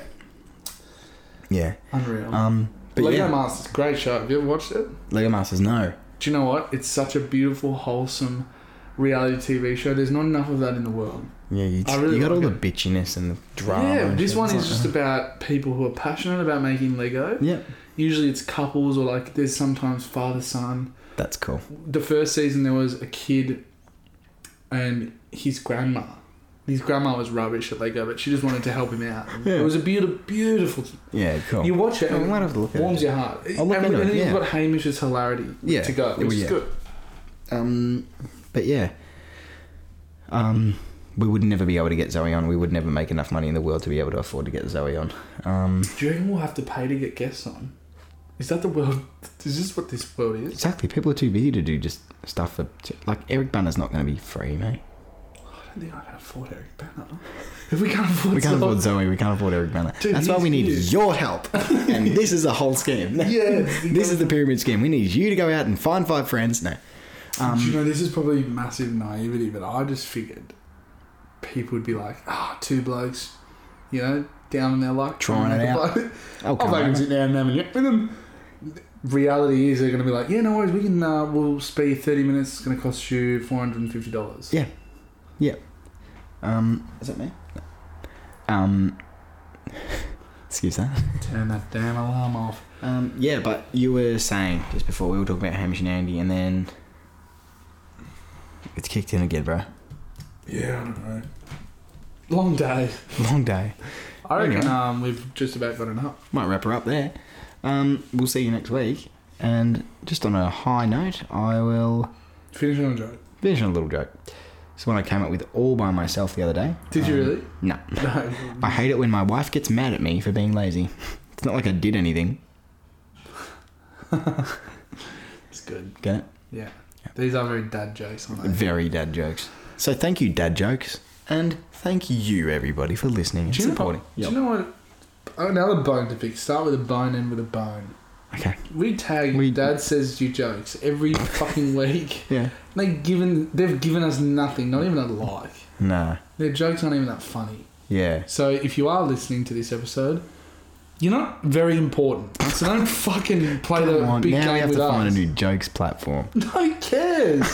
Speaker 2: Yeah.
Speaker 1: Unreal.
Speaker 2: Um. But
Speaker 1: Lego
Speaker 2: yeah,
Speaker 1: Masters, great show. Have you ever watched it?
Speaker 2: Lego Masters. No.
Speaker 1: Do you know what? It's such a beautiful, wholesome reality TV show. There's not enough of that in the world.
Speaker 2: Yeah, you,
Speaker 1: I really
Speaker 2: you got all
Speaker 1: like
Speaker 2: the bitchiness and the drama.
Speaker 1: Yeah,
Speaker 2: and
Speaker 1: this
Speaker 2: shit.
Speaker 1: one
Speaker 2: It's
Speaker 1: is
Speaker 2: like,
Speaker 1: just about people who are passionate about making Lego.
Speaker 2: Yeah,
Speaker 1: Usually it's couples or like there's sometimes father son.
Speaker 2: that's cool.
Speaker 1: The first season there was a kid and his grandma. His grandma was rubbish at Lego, but she just wanted to help him out. And
Speaker 2: Yeah. Oh.
Speaker 1: It was a beautiful, beautiful.
Speaker 2: Yeah, cool.
Speaker 1: You watch it,
Speaker 2: I
Speaker 1: and
Speaker 2: might
Speaker 1: it
Speaker 2: have to look at
Speaker 1: warms
Speaker 2: it.
Speaker 1: your heart.
Speaker 2: I'll look
Speaker 1: and
Speaker 2: into it,
Speaker 1: and then
Speaker 2: yeah.
Speaker 1: you've got Hamish's hilarity
Speaker 2: Yeah. Oh,
Speaker 1: to go, which
Speaker 2: Yeah.
Speaker 1: is good.
Speaker 2: Um, but yeah. Um, we would never be able to get Zoe on. We would never make enough money in the world to be able to afford to get Zoe on. Um,
Speaker 1: Do you reckon we'll have to pay to get guests on? Is that the world? Is this what this world is?
Speaker 2: Exactly. People are too busy to do just stuff for like Eric Banner's not going to be free, mate.
Speaker 1: I don't think I can afford Eric Banner. If we can't afford,
Speaker 2: We can't
Speaker 1: someone-
Speaker 2: afford Zoe. We can't afford Eric Banner.
Speaker 1: Dude,
Speaker 2: That's why
Speaker 1: he's
Speaker 2: we need
Speaker 1: huge.
Speaker 2: your help. And this is a whole scheme.
Speaker 1: Yeah,
Speaker 2: this is the pyramid scheme. We need you to go out and find five friends. No. Um,
Speaker 1: Do you know, this is probably massive naivety, but I just figured people would be like, ah, two blokes, you know, down in their luck,
Speaker 2: Trying it out. Oh,
Speaker 1: I'll
Speaker 2: come
Speaker 1: fucking
Speaker 2: on.
Speaker 1: sit down and have a nip with them. Reality is they're going to be like, yeah, no worries, we can, uh, we'll spare you 30 minutes, it's going to cost you $450.
Speaker 2: Yeah. Um, is that me? No. Um, excuse that.
Speaker 1: Turn that damn alarm off.
Speaker 2: Um, yeah, but you were saying just before we were talking about Hamish and Andy, and then it's kicked in again, bro.
Speaker 3: Yeah, I don't know.
Speaker 1: Long day.
Speaker 2: Long day.
Speaker 1: I reckon
Speaker 2: Anyway.
Speaker 1: um, we've just about got enough.
Speaker 2: might wrap her up there. Um, we'll see you next week. And just on a high note, I will
Speaker 1: Finish on a joke.
Speaker 2: finish on a little joke. It's one I came up with all by myself the other day.
Speaker 1: Did you
Speaker 2: Um,
Speaker 1: really?
Speaker 2: No.
Speaker 1: No.
Speaker 2: I hate it when my wife gets mad at me for being lazy. It's not like I did anything.
Speaker 1: It's good.
Speaker 2: Get it?
Speaker 1: Yeah. These are very dad jokes, aren't they?
Speaker 2: Very dad jokes. So thank you, dad jokes. And thank you, everybody, for listening and
Speaker 1: Do you know-
Speaker 2: supporting.
Speaker 1: Do you know what? Oh, Another bone to pick. Start with a bone, end with a bone.
Speaker 2: Okay.
Speaker 1: We tag
Speaker 2: We-
Speaker 1: Dad says you jokes every fucking week.
Speaker 2: Yeah.
Speaker 1: They given they've given us nothing, not even a like.
Speaker 2: Nah.
Speaker 1: Their jokes aren't even that funny.
Speaker 2: Yeah.
Speaker 1: So if you are listening to this episode, You're not very important. So don't fucking play the
Speaker 2: Come on,
Speaker 1: big
Speaker 2: now
Speaker 1: game
Speaker 2: we have
Speaker 1: with
Speaker 2: to
Speaker 1: us.
Speaker 2: find a new jokes platform.
Speaker 1: Who cares?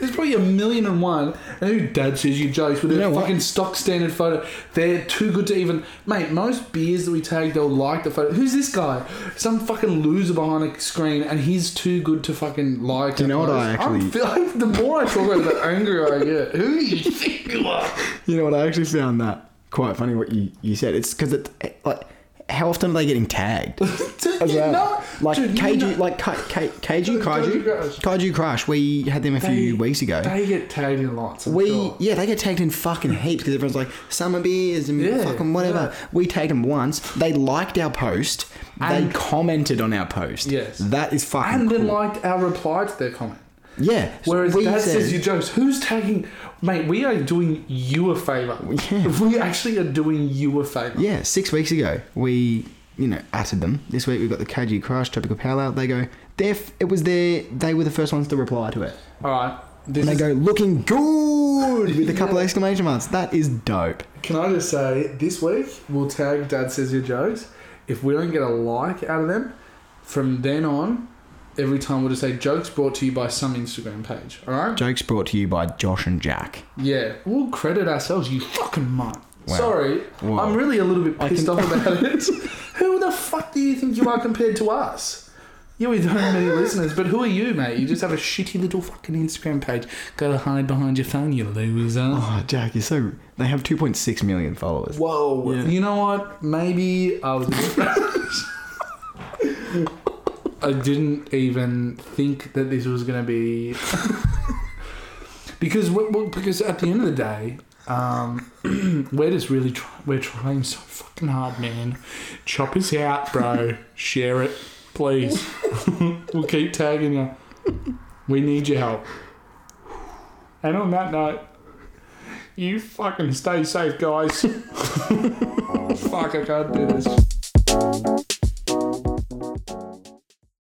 Speaker 1: There's probably a million and one. And who dad says your jokes with
Speaker 2: You
Speaker 1: their
Speaker 2: know what?
Speaker 1: fucking stock standard photo. They're too good to even. Mate, most beers that we take, they'll like the photo. Who's this guy? Some fucking loser behind a screen, and he's too good to fucking like.
Speaker 2: Do you
Speaker 1: a
Speaker 2: know what I
Speaker 1: post. I'm
Speaker 2: actually-
Speaker 1: feel- the more I talk about it, the angrier I get. Who do you think you are?
Speaker 2: You know what? I actually found that quite funny what you, you said. It's because it like how often are they getting tagged?
Speaker 1: Dude,
Speaker 2: as
Speaker 1: you
Speaker 2: well.
Speaker 1: know-
Speaker 2: like
Speaker 1: dude, you
Speaker 2: Kaiju,
Speaker 1: know-
Speaker 2: like Ka- Ka- Kaiju,
Speaker 1: Dude,
Speaker 2: Kaiju,
Speaker 1: Kaiju Crash.
Speaker 2: Kaiju Crash. We had them a few
Speaker 1: They-
Speaker 2: weeks ago.
Speaker 1: They get tagged in lots. I'm
Speaker 2: we
Speaker 1: sure.
Speaker 2: yeah, they get tagged in fucking heaps because everyone's like summer beers and
Speaker 1: Yeah,
Speaker 2: fucking whatever. We tagged them once. They liked our post. they
Speaker 1: And-
Speaker 2: commented on our post.
Speaker 1: Yes.
Speaker 2: that is fucking.
Speaker 1: and
Speaker 2: cool.
Speaker 1: then liked our reply to their comment.
Speaker 2: yeah.
Speaker 1: Whereas
Speaker 2: we
Speaker 1: dad
Speaker 2: said-
Speaker 1: says your jokes. Who's tagging? Mate, we are doing you a favour.
Speaker 2: Yeah.
Speaker 1: We actually are doing you a favour.
Speaker 2: Yeah, six weeks ago we you know atted them. This week we've got the Kaiju Crash Tropical Power Out. They go. Their f- it was their they were the first ones to reply to it.
Speaker 1: All right. This
Speaker 2: And they
Speaker 1: is,
Speaker 2: go looking good with a couple of
Speaker 1: Yeah.
Speaker 2: exclamation marks. That is dope.
Speaker 1: can I just say, this week we'll tag Dad says your jokes. If we don't get a like out of them, from then on, every time we'll just say jokes brought to you by some Instagram page. All right.
Speaker 2: Jokes brought to you by Josh and Jack.
Speaker 1: Yeah, we'll credit ourselves. You fucking mutt.
Speaker 2: Wow.
Speaker 1: Sorry,
Speaker 2: Whoa.
Speaker 1: I'm really a little bit
Speaker 2: I
Speaker 1: pissed
Speaker 2: can-
Speaker 1: off about it. who the fuck do you think you are compared to us? Yeah, we don't have many listeners, but who are you, mate? You just have a shitty little fucking Instagram page. Go to hide behind your phone, you loser.
Speaker 2: Oh, Jack, you're so. They have 2.6 million followers.
Speaker 1: Whoa.
Speaker 2: Yeah.
Speaker 1: You know what? Maybe I was. I didn't even think that this was going to be. because w- w- because at the end of the day, um, we're just really try- we're trying so fucking hard, man. Chop us out, bro. Share it, please. we'll keep tagging you. We need your help. And on that note, you fucking stay safe, guys. Fuck, I can't do this.